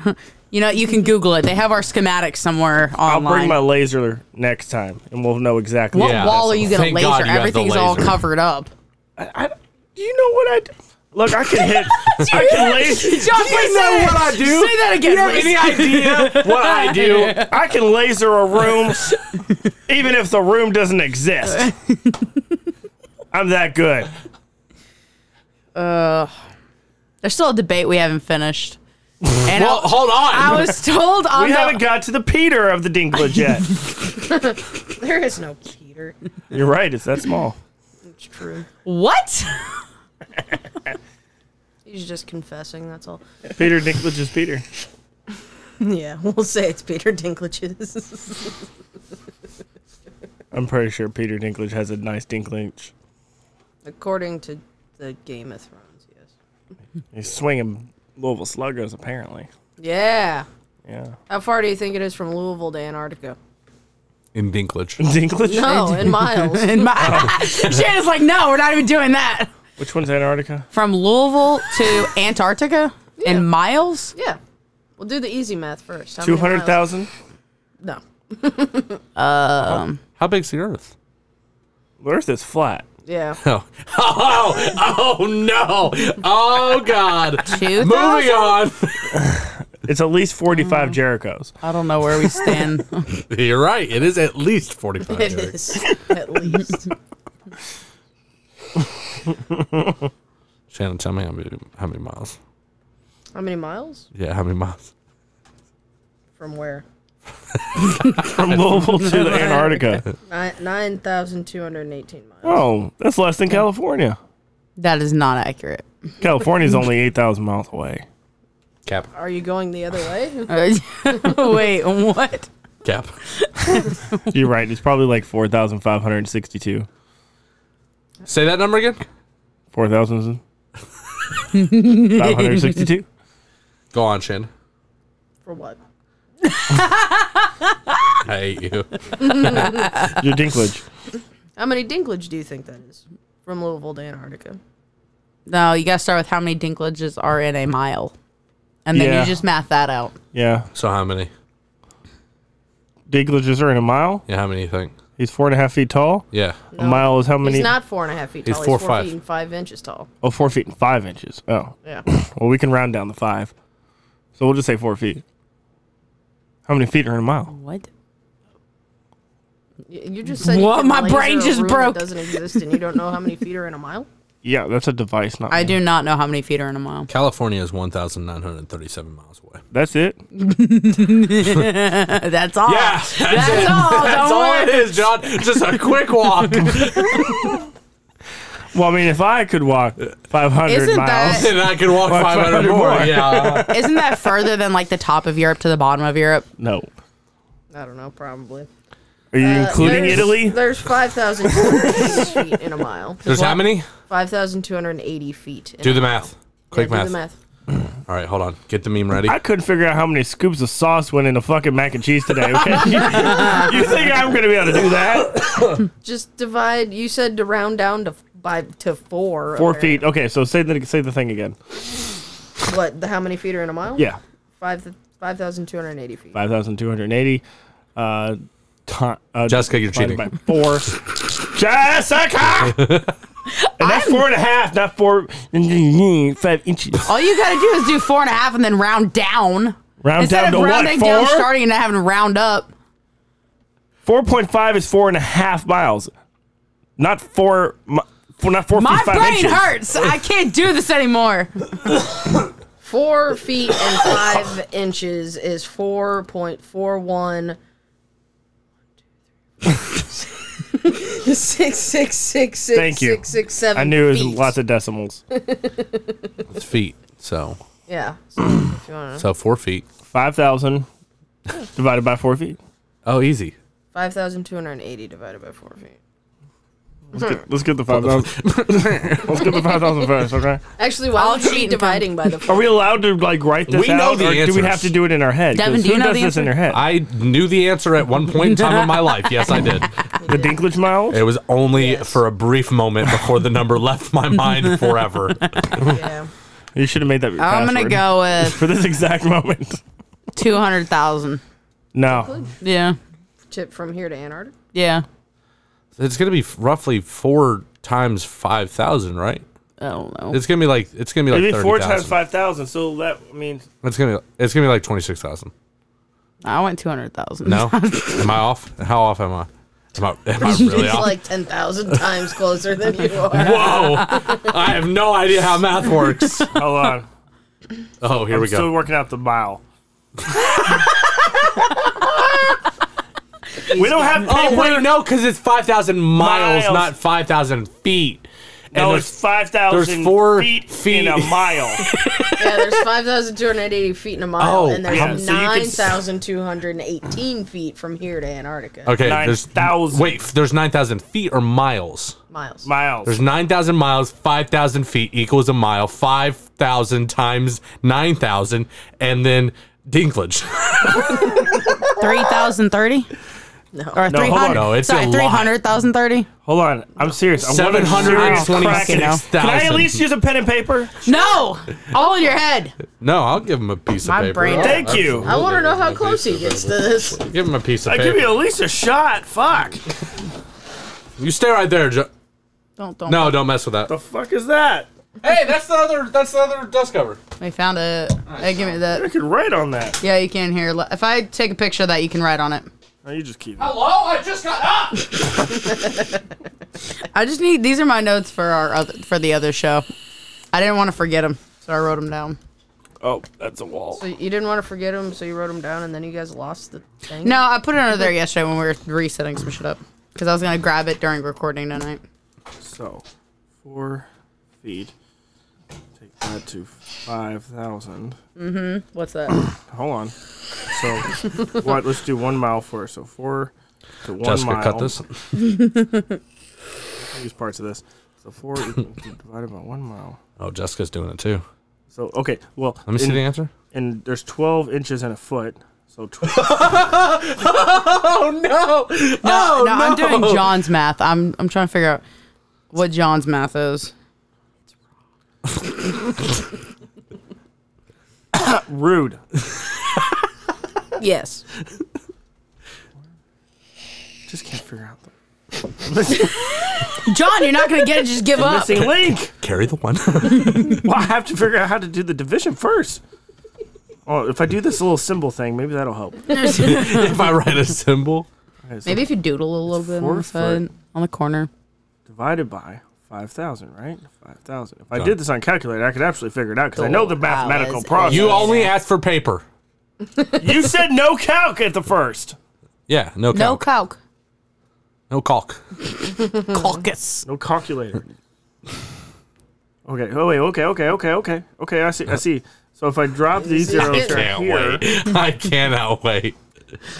Speaker 2: have. [LAUGHS] You know, you can Google it. They have our schematics somewhere
Speaker 3: I'll
Speaker 2: online.
Speaker 3: bring my laser next time, and we'll know exactly.
Speaker 2: what
Speaker 1: Yeah,
Speaker 2: wall are
Speaker 1: that's-
Speaker 2: you gonna
Speaker 1: thank
Speaker 2: laser?
Speaker 1: God you got the
Speaker 2: Everything's all
Speaker 1: laser.
Speaker 2: covered up.
Speaker 3: I, I- you know what I d- look. I can [LAUGHS] hit.
Speaker 2: [LAUGHS]
Speaker 3: I can laser.
Speaker 2: John, please say that.
Speaker 3: [LAUGHS]
Speaker 1: I do?
Speaker 2: Say that again. please.
Speaker 1: Any idea what I do?
Speaker 3: [LAUGHS] I can laser a room, even if the room doesn't [LAUGHS] exist. I'm that good.
Speaker 2: There's still a debate we haven't finished. And
Speaker 1: Well,
Speaker 2: I,
Speaker 1: hold on.
Speaker 2: I was told on
Speaker 3: We
Speaker 2: the-
Speaker 3: haven't got to the Peter of the Dinklage [LAUGHS] yet.
Speaker 4: There is no Peter.
Speaker 3: You're right. It's that small.
Speaker 4: It's true.
Speaker 2: what?
Speaker 4: He's just confessing, that's all.
Speaker 3: Peter Dinklage is Peter.
Speaker 4: Yeah, we'll say it's Peter Dinklage's. [LAUGHS]
Speaker 3: I'm pretty sure Peter Dinklage has a nice Dinklage.
Speaker 4: According to the Game of Thrones, yes.
Speaker 3: He's swinging Louisville Sluggers, apparently.
Speaker 4: Yeah.
Speaker 3: Yeah.
Speaker 4: How far do you think it is from Louisville to Antarctica?
Speaker 1: In Dinklage.
Speaker 3: Dinklage?
Speaker 4: [LAUGHS] No, in miles.
Speaker 2: And [LAUGHS] my Shannon's like, no, we're not even doing that.
Speaker 3: Which one's Antarctica?
Speaker 2: From Louisville to Antarctica in miles.
Speaker 4: [LAUGHS] Yeah. We'll do the easy math first. How many
Speaker 3: Two hundred
Speaker 4: miles?
Speaker 3: thousand.
Speaker 4: No.
Speaker 1: How big's the Earth?
Speaker 3: The Earth is flat.
Speaker 4: Yeah.
Speaker 1: [LAUGHS] Oh, oh, oh no! Oh God!
Speaker 2: [LAUGHS] Two
Speaker 1: Moving on.
Speaker 3: It's at least forty-five Jerichos.
Speaker 2: I don't know where we stand.
Speaker 1: [LAUGHS] You're right. It is at least
Speaker 4: [LAUGHS]
Speaker 1: forty-five.
Speaker 4: It
Speaker 1: Eric.
Speaker 4: is, at least.
Speaker 1: Shannon, tell me how many how many miles?
Speaker 4: [LAUGHS] How many miles?
Speaker 1: Yeah, how many miles?
Speaker 4: From where?
Speaker 3: From Louisville to the Antarctica.
Speaker 4: Nine- 9,218 miles.
Speaker 3: Oh, that's less than California.
Speaker 2: that is not accurate. [LAUGHS]
Speaker 3: California's only eight thousand miles away.
Speaker 1: Cap.
Speaker 4: Are you going the other way?
Speaker 2: Wait, what?
Speaker 1: cap.
Speaker 3: You're right. It's probably like 4,562.
Speaker 1: Say that number again.
Speaker 3: 4,562?
Speaker 1: Go on, Shanda.
Speaker 4: [LAUGHS] For what?
Speaker 1: I hate you.
Speaker 3: Your dinklage.
Speaker 4: How many dinklage do you think that is from Louisville to Antarctica?
Speaker 2: No, you gotta start with how many dinklages are in a mile, and then
Speaker 3: Yeah.
Speaker 2: you just math that out.
Speaker 3: Yeah.
Speaker 1: So how many?
Speaker 3: Dinklages are in a mile.
Speaker 1: Yeah, how many you think?
Speaker 3: He's four and a half feet tall.
Speaker 1: Yeah.
Speaker 3: A mile is how many?
Speaker 4: He's not four and a half feet tall.
Speaker 1: He's
Speaker 4: He's
Speaker 1: four
Speaker 4: four,
Speaker 1: five.
Speaker 4: feet and five inches tall.
Speaker 3: oh, four feet and five inches. Oh. [LAUGHS]
Speaker 4: Yeah.
Speaker 3: Well, we can round down the five. So we'll just say four feet. How many feet are in a mile?
Speaker 2: What?
Speaker 4: Y- You just said you
Speaker 2: What?
Speaker 4: couldn't
Speaker 2: My
Speaker 4: laser
Speaker 2: brain
Speaker 4: a
Speaker 2: just
Speaker 4: room that
Speaker 2: broke.
Speaker 4: Doesn't exist, and you don't know how many feet are in a mile.
Speaker 3: Yeah, that's a device, not
Speaker 2: I
Speaker 3: me.
Speaker 2: do not know how many feet are in a mile.
Speaker 1: California is 1,937 miles away.
Speaker 3: That's it.
Speaker 2: That's all.
Speaker 1: Yeah,
Speaker 2: that's, all.
Speaker 1: That's
Speaker 2: don't
Speaker 1: all
Speaker 2: worry.
Speaker 1: it is, John. Just a quick walk.
Speaker 3: Well, I mean, if I could walk 500
Speaker 2: Isn't
Speaker 3: miles.
Speaker 2: that-
Speaker 1: and I can walk 500 more.
Speaker 3: more.
Speaker 1: Yeah.
Speaker 2: Isn't that further than like the top of Europe to the bottom of Europe?
Speaker 3: No.
Speaker 4: I don't know, probably.
Speaker 3: Are you
Speaker 4: Uh,
Speaker 3: including
Speaker 4: there's-
Speaker 3: Italy?
Speaker 4: There's 5,280 feet in a mile.
Speaker 1: [LAUGHS] There's how many?
Speaker 4: 5,280 feet. in
Speaker 1: Do
Speaker 4: a
Speaker 1: the
Speaker 4: mile.
Speaker 1: math.
Speaker 4: Yeah,
Speaker 1: Quick
Speaker 4: do
Speaker 1: math.
Speaker 4: the math.
Speaker 1: All right, hold on. Get the meme ready.
Speaker 3: I couldn't figure out how many scoops of sauce went into fucking mac and cheese today. Okay, [LAUGHS] you think I'm gonna be able to do that?
Speaker 4: Just divide. You said to round down to f- by to four.
Speaker 3: Four
Speaker 4: apparently.
Speaker 3: feet. Okay, so say the say the thing again.
Speaker 4: What? The, how many feet are in a mile?
Speaker 3: Yeah,
Speaker 4: Five th- 5,280 feet.
Speaker 3: five thousand two hundred eighty. Uh, ti- uh,
Speaker 1: Jessica, you're
Speaker 3: divided
Speaker 1: cheating.
Speaker 3: by four.
Speaker 2: [LAUGHS]
Speaker 3: Jessica. and that's four and a half, not four five inches.
Speaker 2: All you gotta do is do four and a half and then round down.
Speaker 3: Round
Speaker 2: Instead
Speaker 3: down to
Speaker 2: of
Speaker 3: what?
Speaker 2: rounding down,
Speaker 3: Four.
Speaker 2: starting and having to round up.
Speaker 3: Four point five is four and a half miles, not four. mi- four not four
Speaker 2: My
Speaker 3: feet, five
Speaker 2: brain
Speaker 3: inches.
Speaker 2: hurts. I can't do this
Speaker 3: [LAUGHS]
Speaker 2: anymore.
Speaker 4: Four feet and five inches is 4.41. six six six six
Speaker 3: Thank you.
Speaker 4: six, six, seven
Speaker 3: I knew it was
Speaker 4: feet.
Speaker 3: lots of decimals.
Speaker 1: It's feet. So,
Speaker 4: [CLEARS THROAT] yeah. So if you wanna-
Speaker 1: so four feet.
Speaker 3: Five thousand divided by four feet.
Speaker 1: Oh, easy.
Speaker 4: 5,280 divided by 4 feet.
Speaker 3: Let's get, let's get the five thousand. let's get the five thousand first, okay?
Speaker 4: Actually, why would you
Speaker 2: cheat
Speaker 4: be
Speaker 2: and
Speaker 4: dividing by the [LAUGHS]
Speaker 3: Are
Speaker 4: 4?
Speaker 3: we allowed to like write this
Speaker 1: We know
Speaker 3: out,
Speaker 1: the
Speaker 3: or do
Speaker 1: answers.
Speaker 3: we have to do it in our head? 'Cause
Speaker 2: Devin, do
Speaker 3: who
Speaker 2: you know
Speaker 3: does
Speaker 2: the
Speaker 3: this in
Speaker 2: answer?
Speaker 3: their head?
Speaker 1: I knew the answer at one point in time in my life. Yes, I did.
Speaker 3: the Dinklage miles.
Speaker 1: It was only
Speaker 4: Yes.
Speaker 1: for a brief moment before the number left my mind forever.
Speaker 4: Yeah.
Speaker 3: You should have made that. Your
Speaker 2: I'm gonna
Speaker 3: password.
Speaker 2: go with
Speaker 3: for this exact
Speaker 2: [LAUGHS]
Speaker 3: moment.
Speaker 2: two hundred thousand.
Speaker 3: No,
Speaker 2: Yeah,
Speaker 4: Tip from here to Antarctica.
Speaker 2: yeah.
Speaker 1: It's going to be roughly four times 5,000, right?
Speaker 2: I don't know.
Speaker 1: It's going to be like, it's going to be
Speaker 3: it'd
Speaker 1: like
Speaker 3: be four times
Speaker 1: 30,000.
Speaker 3: five thousand. So that means
Speaker 1: It's going to, it's going to be like 26,000.
Speaker 2: I went two hundred thousand.
Speaker 1: No? am I off? How off am I? Am I, am I really
Speaker 4: It's
Speaker 1: off?
Speaker 4: like 10,000 times closer than you are.
Speaker 1: Whoa! I have no idea how math works.
Speaker 3: hold on.
Speaker 1: Oh, here
Speaker 3: I'm
Speaker 1: we go.
Speaker 3: still working out the
Speaker 1: [LAUGHS]
Speaker 3: mile. we don't have
Speaker 1: Oh
Speaker 3: paper.
Speaker 1: wait, no, because it's five thousand miles,
Speaker 3: Miles.
Speaker 1: not five thousand feet.
Speaker 3: no,
Speaker 1: there's-
Speaker 3: it's five thousand
Speaker 1: four
Speaker 3: feet,
Speaker 1: feet.
Speaker 3: in a
Speaker 1: [LAUGHS]
Speaker 3: mile.
Speaker 4: [LAUGHS] Yeah, there's 5,280 feet in a mile,
Speaker 1: Oh,
Speaker 4: and there's
Speaker 1: yeah,
Speaker 3: so you can s-
Speaker 4: 9,218 feet from here to Antarctica.
Speaker 1: Okay,
Speaker 3: Nine
Speaker 1: there's
Speaker 3: thousand.
Speaker 1: Wait, there's nine thousand feet or miles.
Speaker 4: Miles.
Speaker 3: Miles.
Speaker 1: There's nine thousand miles. Five thousand feet equals a mile. Five thousand times nine thousand, and then Dinklage. [LAUGHS]
Speaker 2: Three thousand thirty.
Speaker 4: No.
Speaker 2: Or
Speaker 3: No,
Speaker 2: three
Speaker 3: hold on.
Speaker 2: hundred.
Speaker 1: No, it's a
Speaker 2: sorry,
Speaker 1: lot.
Speaker 2: three hundred thousand thirty.
Speaker 3: Hold on, I'm serious. I want a
Speaker 1: Seven hundred and
Speaker 3: serious crack at
Speaker 1: twenty-six
Speaker 3: it. Can I at least
Speaker 1: thousand.
Speaker 3: use a pen and paper?
Speaker 2: No, all in your head.
Speaker 1: No, I'll give him a piece of
Speaker 2: My
Speaker 1: paper.
Speaker 2: brain-
Speaker 3: Thank you.
Speaker 4: I want to know how close he gets to this.
Speaker 1: [LAUGHS] Give him a piece of
Speaker 3: I give
Speaker 1: paper.
Speaker 3: you at least a shot. Fuck.
Speaker 1: You stay right there, Joe.
Speaker 2: Don't don't.
Speaker 1: No, don't mess with that.
Speaker 3: The fuck is that?
Speaker 1: Hey, that's the other. That's the other dust cover.
Speaker 2: I found it. Hey, give me
Speaker 3: I
Speaker 2: that.
Speaker 3: could write on that.
Speaker 2: Yeah, you can hear. If I take a picture of that, you can write on it.
Speaker 3: No, you just keep it.
Speaker 1: Hello, I just got up.
Speaker 2: I just need these are my notes for our other for the other show. I didn't want to forget them, so I wrote them down.
Speaker 3: Oh, that's a wall.
Speaker 4: So you didn't want to forget him, so you wrote him down, and then you guys lost the thing.
Speaker 2: No, I put it under there yesterday when we were resetting some shit up because I was gonna grab it during recording tonight.
Speaker 3: So, four feet. Take Add to 5,000.
Speaker 2: What's that?
Speaker 3: Hold on. So, what? Let's do one mile first. So, four to one
Speaker 1: Jessica,
Speaker 3: mile.
Speaker 1: cut this.
Speaker 3: Use parts of this. So, four equals two divided by one mile.
Speaker 1: Oh, Jessica's doing it too.
Speaker 3: So, okay. Well,
Speaker 1: Let me see
Speaker 3: in-
Speaker 1: the answer.
Speaker 3: and there's 12 inches in a foot. So, tw- Oh,
Speaker 2: No, no, I'm doing John's math. I'm I'm trying to figure out what John's math is.
Speaker 3: rude.
Speaker 4: Yes.
Speaker 3: Just can't figure out the [LAUGHS]
Speaker 4: John, you're not going to get it. Just give up.
Speaker 3: missing link.
Speaker 1: Carry the one. [LAUGHS]
Speaker 3: Well, I have to figure out how to do the division first. Oh, if I do this little symbol thing, maybe that'll help.
Speaker 1: if I write a symbol,
Speaker 3: Okay, so
Speaker 2: Maybe if you doodle a little bit on
Speaker 3: four
Speaker 2: the side, on the corner.
Speaker 3: divided by 5,000, right? 5,000. If I
Speaker 1: Done.
Speaker 3: did this on calculator, I could absolutely figure it out because I know the mathematical
Speaker 4: hours
Speaker 3: process.
Speaker 1: you
Speaker 3: You,
Speaker 1: only ask for paper.
Speaker 3: you said no calc at the first.
Speaker 1: Yeah, no
Speaker 2: No
Speaker 1: calc.
Speaker 2: calc.
Speaker 1: No calc.
Speaker 3: No calculator. Okay. Oh wait. Okay. Okay. Okay. Okay. Okay. I see. I see. So if I drop these zeros right
Speaker 1: Can't
Speaker 3: here,
Speaker 1: wait. [LAUGHS] I cannot wait.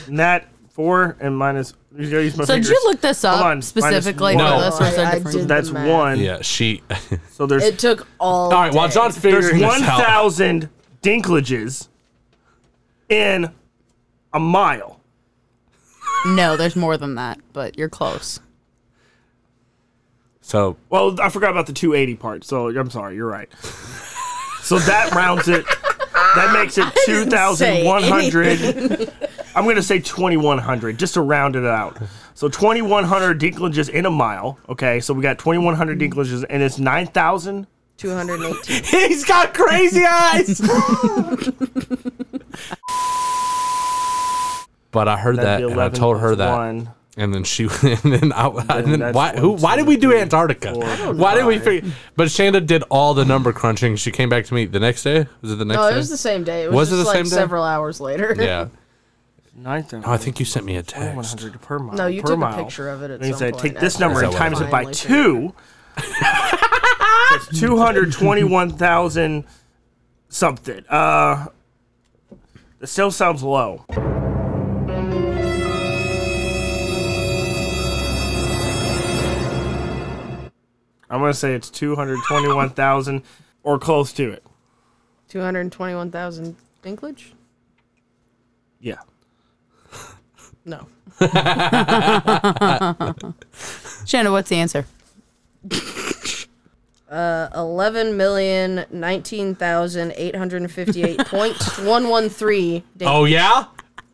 Speaker 3: and that four and minus. You gotta use my
Speaker 2: So did
Speaker 3: fingers.
Speaker 2: you look this
Speaker 3: Hold on,
Speaker 2: up
Speaker 3: minus
Speaker 2: specifically for
Speaker 1: one. No.
Speaker 2: this? Or is there
Speaker 4: I- I
Speaker 2: different-
Speaker 4: did-
Speaker 3: That's
Speaker 4: The math.
Speaker 3: one.
Speaker 1: Yeah, she. [LAUGHS]
Speaker 3: So there's
Speaker 4: It took all.
Speaker 1: All right, while John's
Speaker 3: there's
Speaker 1: figuring
Speaker 3: one
Speaker 1: this out,
Speaker 3: thousand dinklages in a mile.
Speaker 2: No, there's more than that, but you're close.
Speaker 1: so
Speaker 3: Well, I forgot about the 280 part. So I'm sorry. You're right. so that rounds it. That makes it
Speaker 4: say
Speaker 3: 2,100. I'm going to say 2,100 just to round it out. So 2,100 dinklages in a mile. Okay. So we got 2,100 dinklages and it's 9,000.
Speaker 4: 218.
Speaker 1: [LAUGHS] he's got crazy eyes. but I heard that,
Speaker 3: That'd be
Speaker 1: and I
Speaker 3: 11
Speaker 1: told her
Speaker 3: plus
Speaker 1: that,
Speaker 3: one.
Speaker 1: and then she, [LAUGHS] and then I, and then
Speaker 3: that's
Speaker 1: why? Who?
Speaker 3: one,
Speaker 1: Why
Speaker 3: two,
Speaker 1: did we do
Speaker 3: three,
Speaker 1: Antarctica?
Speaker 3: four, I don't
Speaker 1: Why did we
Speaker 3: know.
Speaker 1: figure? But Shanda did all the number crunching. She came back to me the next day. Was it the next
Speaker 4: No,
Speaker 1: day?
Speaker 4: Oh, it was the same day. It was,
Speaker 1: Was it
Speaker 4: just
Speaker 1: the
Speaker 4: like
Speaker 1: same day?
Speaker 4: several hours later. [LAUGHS]
Speaker 1: yeah.
Speaker 3: 9,000.
Speaker 1: Oh, I think you sent me a text.
Speaker 3: 2,100 per mile.
Speaker 4: No, you
Speaker 3: per
Speaker 4: took
Speaker 3: mile.
Speaker 4: a picture of it at
Speaker 3: And you
Speaker 4: some
Speaker 3: say,
Speaker 4: point.
Speaker 3: take this number and
Speaker 1: That's how I
Speaker 3: times it by
Speaker 4: finally
Speaker 3: two. [LAUGHS] That's 221,000 something. Uh, it still sounds low. I'm going to say it's 221,000 [LAUGHS] or close to it.
Speaker 4: 221,000 dinklage?
Speaker 3: Yeah.
Speaker 4: No.
Speaker 2: Shannon, what's the answer?
Speaker 4: 11,019,858.113 dinklage.
Speaker 1: [LAUGHS] Oh yeah.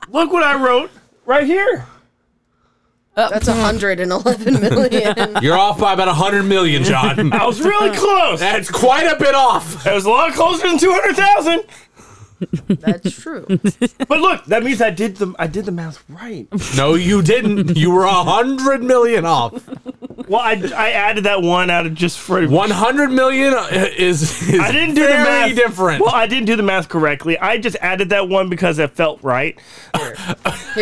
Speaker 3: Look what I wrote right here.
Speaker 4: That's
Speaker 1: [LAUGHS]
Speaker 4: 111 million.
Speaker 1: You're off by about 100
Speaker 3: [LAUGHS]
Speaker 1: million, John.
Speaker 3: I was really close. It
Speaker 1: That's quite a bit off.
Speaker 3: was a lot closer than 200,000.
Speaker 4: That's true.
Speaker 3: But look, that means I did the I did the math right.
Speaker 1: No, you didn't. You were 100 million off.
Speaker 3: [LAUGHS] Well, I, I added that one out of just for
Speaker 1: 100 million uh, is, is
Speaker 3: I didn't do the
Speaker 1: very
Speaker 3: math
Speaker 1: different.
Speaker 3: Well, I didn't do the math correctly. I just added that one because it felt right.
Speaker 4: Here-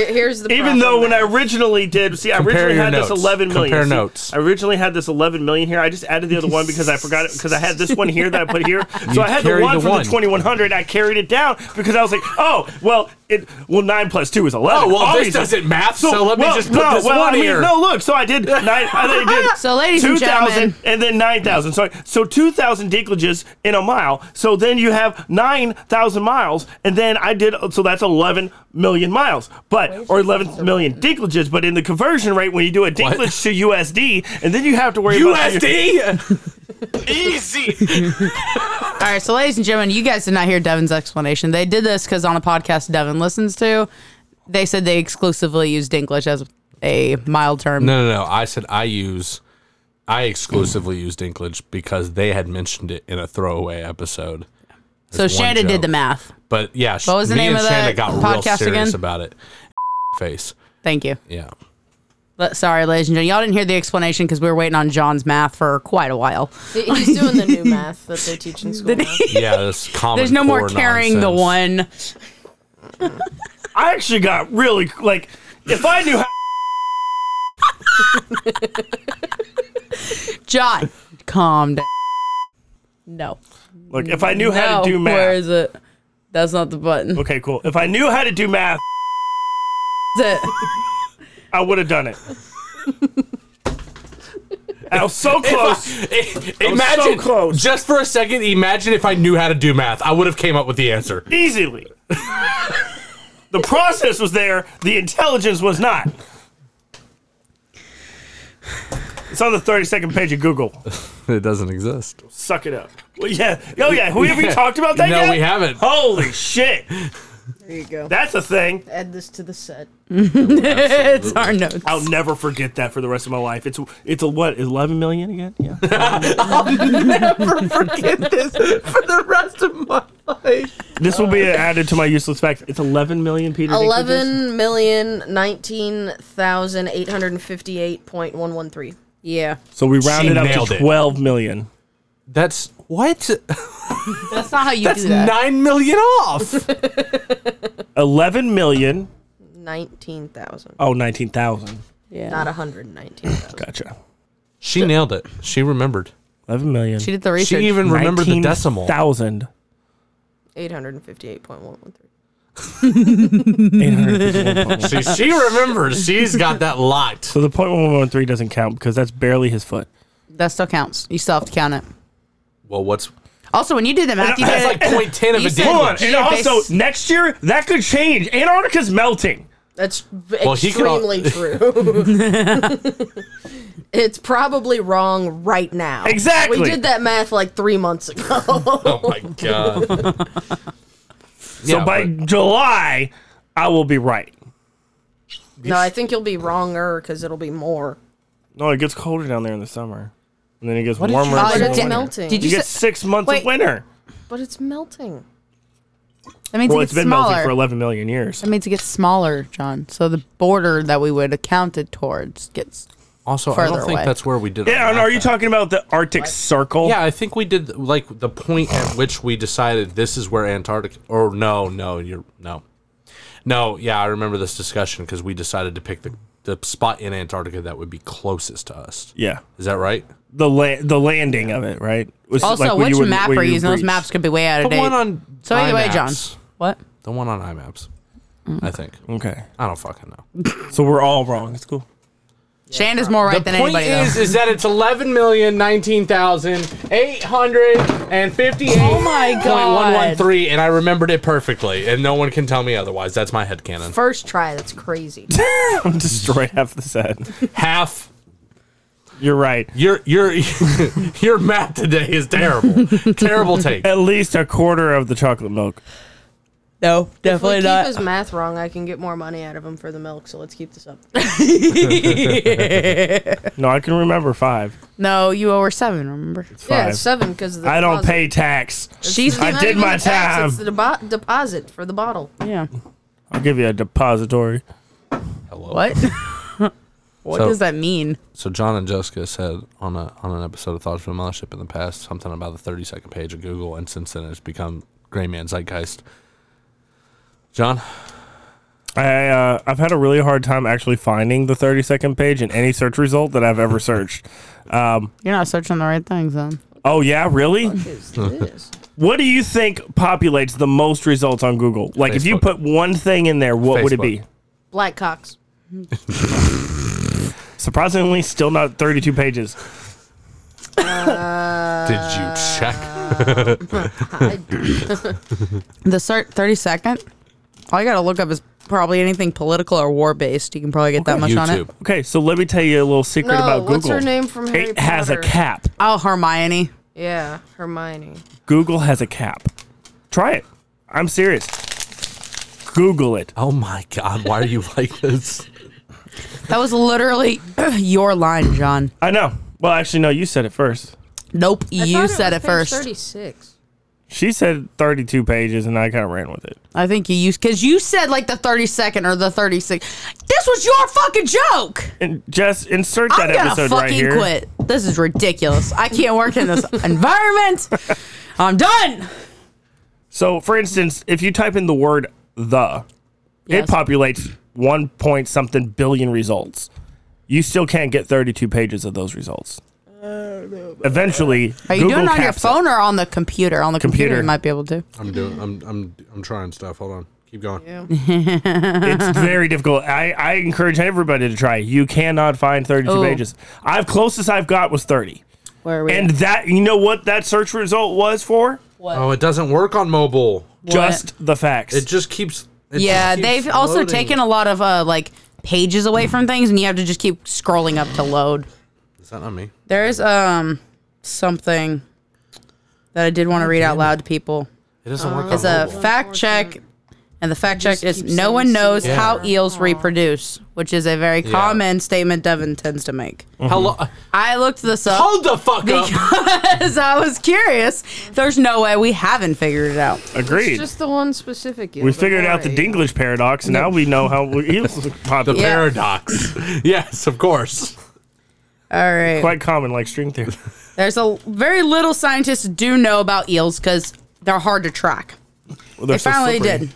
Speaker 4: here's the
Speaker 3: Even though when I
Speaker 4: problem
Speaker 3: originally did, see,
Speaker 1: Compare
Speaker 3: I originally
Speaker 1: your
Speaker 3: had
Speaker 1: notes.
Speaker 3: this 11 million.
Speaker 1: Compare
Speaker 3: See,
Speaker 1: notes.
Speaker 3: I originally had this 11 million here. I just added the other one because I forgot it because I had this one here that I put
Speaker 1: [LAUGHS]
Speaker 3: here. So I had the
Speaker 1: carried
Speaker 3: one
Speaker 1: the
Speaker 3: from
Speaker 1: one.
Speaker 3: the 2100. I carried it down because I was like, oh, well, it well nine plus two is 11.
Speaker 1: oh, well, this
Speaker 3: obviously.
Speaker 1: doesn't math, so, let me
Speaker 3: well,
Speaker 1: just put
Speaker 3: no,
Speaker 1: this
Speaker 3: well,
Speaker 1: one
Speaker 3: I mean,
Speaker 1: here.
Speaker 3: No, look. So I did nine. I did
Speaker 2: [LAUGHS] So, ladies and
Speaker 3: two thousand
Speaker 2: gentlemen.
Speaker 3: and then nine thousand. So so two thousand decalages in a mile. So then you have nine thousand miles, and then I did. So that's eleven million miles, but or eleven million decalages. But in the conversion rate, when you do a decalage to USD, and then you have to worry about
Speaker 1: USD?
Speaker 3: [LAUGHS]
Speaker 2: All right, so ladies and gentlemen, you guys did not hear Devin's explanation. They did this because on a podcast Devin listens to, they said they exclusively use Dinklage as a mild term.
Speaker 1: no, no, no. I said I use, I exclusively used Dinklage because they had mentioned it in a throwaway episode.
Speaker 2: so
Speaker 1: There's one
Speaker 2: Shanda did
Speaker 1: joke.
Speaker 2: the math.
Speaker 1: But yeah, sh-
Speaker 2: What was the
Speaker 1: me
Speaker 2: name of
Speaker 1: and Shanda
Speaker 2: that
Speaker 1: got real
Speaker 2: podcast
Speaker 1: serious
Speaker 2: again?
Speaker 1: about it. [LAUGHS] Face.
Speaker 2: Thank you.
Speaker 1: Yeah.
Speaker 2: But sorry, ladies and gentlemen, y'all didn't hear the explanation because we were waiting on John's math for quite a while. [LAUGHS]
Speaker 4: is that he's doing the [LAUGHS] new math that they teach in school. now.
Speaker 1: Yeah, this common
Speaker 2: There's no more
Speaker 1: core
Speaker 2: carrying the
Speaker 1: nonsense.
Speaker 2: one.
Speaker 3: I actually got really like if I knew how.
Speaker 2: John, calm down. No.
Speaker 3: Look, if I knew how to
Speaker 2: No,
Speaker 3: do math.
Speaker 2: Where is it? That's not the button. [LAUGHS]
Speaker 3: Okay, cool. If I knew how to do math,
Speaker 2: That's it.
Speaker 3: I would have done it. I was so close.
Speaker 1: [LAUGHS] imagine,
Speaker 3: so close.
Speaker 1: just for a second, imagine if I knew how to do math, I would have came up with the answer.
Speaker 3: easily. the process was there, the intelligence was not. It's on the 32nd page of Google.
Speaker 1: It doesn't exist.
Speaker 3: Suck it up. Well, yeah. Oh, yeah. Who have we
Speaker 1: Yeah.
Speaker 3: talked about that
Speaker 1: No,
Speaker 3: yet?
Speaker 1: we haven't.
Speaker 3: Holy
Speaker 6: [LAUGHS]
Speaker 3: shit.
Speaker 4: There you go.
Speaker 3: That's a thing.
Speaker 4: Add this to the set.
Speaker 2: it's our notes.
Speaker 3: I'll never forget that for the rest of my life. It's it's a what? 11 million again?
Speaker 6: [LAUGHS]
Speaker 3: Yeah.
Speaker 6: Forget this for the rest of my life.
Speaker 3: this will be added to my useless facts. It's 11 million, Peter. Dinklages?
Speaker 4: Eleven million nineteen thousand eight hundred fifty-eight point one one three.
Speaker 2: Yeah.
Speaker 3: So we rounded up
Speaker 1: nailed
Speaker 3: to
Speaker 1: it.
Speaker 3: 12 million.
Speaker 1: That's what? [LAUGHS]
Speaker 2: That's not how you
Speaker 1: That's
Speaker 2: do that.
Speaker 1: nine million
Speaker 3: [LAUGHS]
Speaker 1: off.
Speaker 3: 11 million.
Speaker 4: Nineteen thousand,
Speaker 3: Oh, 19,000.
Speaker 2: yeah.
Speaker 4: not a hundred nineteen thousand.
Speaker 3: Gotcha.
Speaker 1: she nailed it. She remembered.
Speaker 3: 11 million.
Speaker 2: she did the research.
Speaker 1: She even remembered the decimal.
Speaker 3: Thousand
Speaker 4: Eight hundred fifty-eight point one one three.
Speaker 3: eight hundred fifty-one [LAUGHS] point one.
Speaker 1: See, she remembers. She's got that locked.
Speaker 3: So the point one one one three doesn't count because that's barely his foot.
Speaker 2: that still counts. You still have to count it.
Speaker 1: Well, what's
Speaker 2: Also, when you did the math, you
Speaker 1: that's
Speaker 2: did
Speaker 3: [LAUGHS]
Speaker 1: like [LAUGHS] point ten of
Speaker 2: You
Speaker 1: a
Speaker 2: said-
Speaker 1: day.
Speaker 2: Hold on.
Speaker 3: And
Speaker 2: Yeah,
Speaker 3: also
Speaker 2: base-
Speaker 3: next year that could change. Antarctica's melting.
Speaker 4: That's v-
Speaker 1: he could al-
Speaker 4: extremely true. [LAUGHS] it's probably wrong right now.
Speaker 3: Exactly.
Speaker 4: We did that math like three months ago.
Speaker 1: Oh my god.
Speaker 3: [LAUGHS] so by July, I will be right.
Speaker 4: no, I think you'll be wronger because it'll be more.
Speaker 3: No, it gets colder down there in the summer, and then it gets
Speaker 1: did
Speaker 3: warmer.
Speaker 1: you-
Speaker 3: in
Speaker 1: Oh,
Speaker 3: the
Speaker 4: But
Speaker 2: did
Speaker 4: it's
Speaker 2: you-
Speaker 3: winter.
Speaker 4: melting.
Speaker 2: Did
Speaker 3: You
Speaker 2: you
Speaker 3: get
Speaker 2: say-
Speaker 3: six months
Speaker 2: Wait.
Speaker 3: of winter.
Speaker 4: but it's melting.
Speaker 2: That means
Speaker 3: Well,
Speaker 2: it
Speaker 3: it's
Speaker 2: gets
Speaker 3: been melting
Speaker 2: smaller.
Speaker 3: for eleven million years.
Speaker 2: that means it gets smaller, John. So the border that we would account it towards gets.
Speaker 1: Also, I
Speaker 2: Further
Speaker 1: don't think
Speaker 2: away.
Speaker 1: that's where we did.
Speaker 3: Yeah,
Speaker 1: our
Speaker 3: and are you
Speaker 1: math at.
Speaker 3: talking about the Arctic
Speaker 2: Oh.
Speaker 3: Circle?
Speaker 1: Yeah, I think we did like the point at which we decided this is where Antarctica. Or no, no, you're no, no. Yeah, I remember this discussion because we decided to pick the the spot in Antarctica that would be closest to us.
Speaker 3: Yeah.
Speaker 1: Is that right?
Speaker 3: The la- the landing of it, right? Was
Speaker 2: Also,
Speaker 3: like when
Speaker 2: which
Speaker 3: you would-
Speaker 2: map
Speaker 3: where
Speaker 2: are
Speaker 3: you
Speaker 2: you using? Those
Speaker 3: reach.
Speaker 2: maps could be way out of
Speaker 1: The
Speaker 2: date.
Speaker 1: one on
Speaker 2: so either way, John.
Speaker 1: IMAPS.
Speaker 2: What?
Speaker 1: The one on IMAPS.
Speaker 2: Mm.
Speaker 1: I think.
Speaker 3: Okay.
Speaker 1: I don't fucking know.
Speaker 3: So we're all wrong. It's cool.
Speaker 2: Shane is more right
Speaker 1: the
Speaker 2: than
Speaker 1: point
Speaker 2: anybody.
Speaker 1: is, is that it's eleven million nineteen thousand eight hundred and fifty-eight.
Speaker 2: Oh my God.
Speaker 1: 0.113, and I remembered it perfectly, and no one can tell me otherwise. That's my head cannon.
Speaker 4: First try. That's crazy.
Speaker 3: [LAUGHS] I'm destroyed half the set.
Speaker 1: Half
Speaker 3: You're right.
Speaker 1: your your [LAUGHS] your math today is terrible. terrible take.
Speaker 3: At least a quarter of the chocolate milk.
Speaker 2: no,
Speaker 4: If we
Speaker 2: definitely
Speaker 4: keep
Speaker 2: not.
Speaker 4: his math wrong, I can get more money out of him for the milk. So let's keep this up.
Speaker 3: No, I can remember five.
Speaker 2: no, you owe her seven. Remember?
Speaker 4: Yeah,
Speaker 3: Five.
Speaker 4: it's seven because the
Speaker 3: I don't
Speaker 4: deposit.
Speaker 3: pay tax.
Speaker 2: She's
Speaker 3: I
Speaker 4: Not
Speaker 3: did
Speaker 4: even
Speaker 3: my
Speaker 4: the tax, It's
Speaker 3: time.
Speaker 4: the debo- deposit for the bottle.
Speaker 2: yeah.
Speaker 3: I'll give you a depository.
Speaker 1: Hello.
Speaker 2: What? [LAUGHS] what
Speaker 1: So-
Speaker 2: does that mean?
Speaker 1: So John and Jessica said on a on an episode of Thoughts from a Mothership in the past something about the thirty second page of Google, and since then it's become Gray Man Zeitgeist. John,
Speaker 3: I uh, I've had a really hard time actually finding the 30 second page in any search result that I've ever searched.
Speaker 2: You're not searching the right things, then.
Speaker 3: Oh yeah, really?
Speaker 4: Is this?
Speaker 3: What do you think populates the most results on Google? Like if you
Speaker 1: Facebook.
Speaker 3: put one thing in there, what would it be?
Speaker 1: Facebook.
Speaker 4: Black cocks.
Speaker 3: Surprisingly, still not 32 pages.
Speaker 1: did you
Speaker 2: Uh,
Speaker 1: check?
Speaker 2: The cert thirty second. All you gotta look up is probably anything political or war based. You can probably get that much on it.
Speaker 1: YouTube.
Speaker 3: Okay, so let me tell you a little secret
Speaker 4: No,
Speaker 3: about Google.
Speaker 4: what's her name from Harry
Speaker 3: It has a
Speaker 4: Potter?
Speaker 3: cap.
Speaker 2: Oh, Hermione.
Speaker 4: Yeah, Hermione.
Speaker 3: Google has a cap. Try it. I'm serious. Google it.
Speaker 1: Oh my God, why are you [LAUGHS] like this?
Speaker 2: That was literally [CLEARS THROAT] your line, John.
Speaker 3: I know. Well, actually, no, you said it first.
Speaker 2: Nope, you said it, first.
Speaker 4: Thirty-six.
Speaker 3: She said 32 pages, and I kind of ran with it.
Speaker 2: I think you used because you said like the thirty second or the thirty six. This was your fucking joke.
Speaker 3: And just insert that
Speaker 2: I'm gonna
Speaker 3: episode
Speaker 2: fucking
Speaker 3: right here.
Speaker 2: quit. This is ridiculous. I can't work
Speaker 3: [LAUGHS]
Speaker 2: in this environment. I'm done.
Speaker 3: So, for instance, if you type in the word the,
Speaker 2: Yes.
Speaker 3: it populates one point something billion results. You still can't get 32 pages of those results. eventually.
Speaker 2: Are you
Speaker 3: Google
Speaker 2: doing it on your
Speaker 3: caps it.
Speaker 2: phone or on the computer? On the
Speaker 3: Computer.
Speaker 2: computer, you might be able to.
Speaker 1: I'm doing. I'm. I'm. I'm trying stuff. Hold on. Keep going.
Speaker 2: [LAUGHS]
Speaker 3: it's very difficult. I, I encourage everybody to try. You cannot find 32
Speaker 2: Oh.
Speaker 3: pages. I've closest I've got was 30.
Speaker 2: Where are we?
Speaker 3: And
Speaker 2: at?
Speaker 3: that you know what that search result was for?
Speaker 1: Oh, it doesn't work on mobile.
Speaker 3: Just the facts.
Speaker 1: It just keeps. It
Speaker 2: yeah,
Speaker 1: just keeps
Speaker 2: they've also
Speaker 1: loading.
Speaker 2: taken a lot of uh, like pages away from things, and you have to just keep scrolling up to load.
Speaker 1: Is that not me?
Speaker 2: There's um something that I did want to read out loud to people.
Speaker 1: It doesn't work on
Speaker 2: It's a
Speaker 1: mobile.
Speaker 2: fact check, and the fact check is
Speaker 4: keep
Speaker 2: no
Speaker 4: saying
Speaker 2: one knows
Speaker 4: similar.
Speaker 2: how eels reproduce, which is a very common statement Devin tends to make.
Speaker 1: Hello.
Speaker 2: I looked this up.
Speaker 1: Mm. Hold the fuck up.
Speaker 2: because [LAUGHS] I was curious. There's no way we haven't figured it out.
Speaker 3: Agreed.
Speaker 4: It's just the one specific.
Speaker 3: we figured out the Dinglish paradox, and now we know how we- [LAUGHS] eels are
Speaker 1: The
Speaker 3: popular.
Speaker 2: Yeah.
Speaker 1: paradox. [LAUGHS] yes, of course.
Speaker 2: All right.
Speaker 3: Quite common, like string theory.
Speaker 2: There's a very little scientists do know about eels because they're hard to track.
Speaker 3: Well,
Speaker 2: They finally did.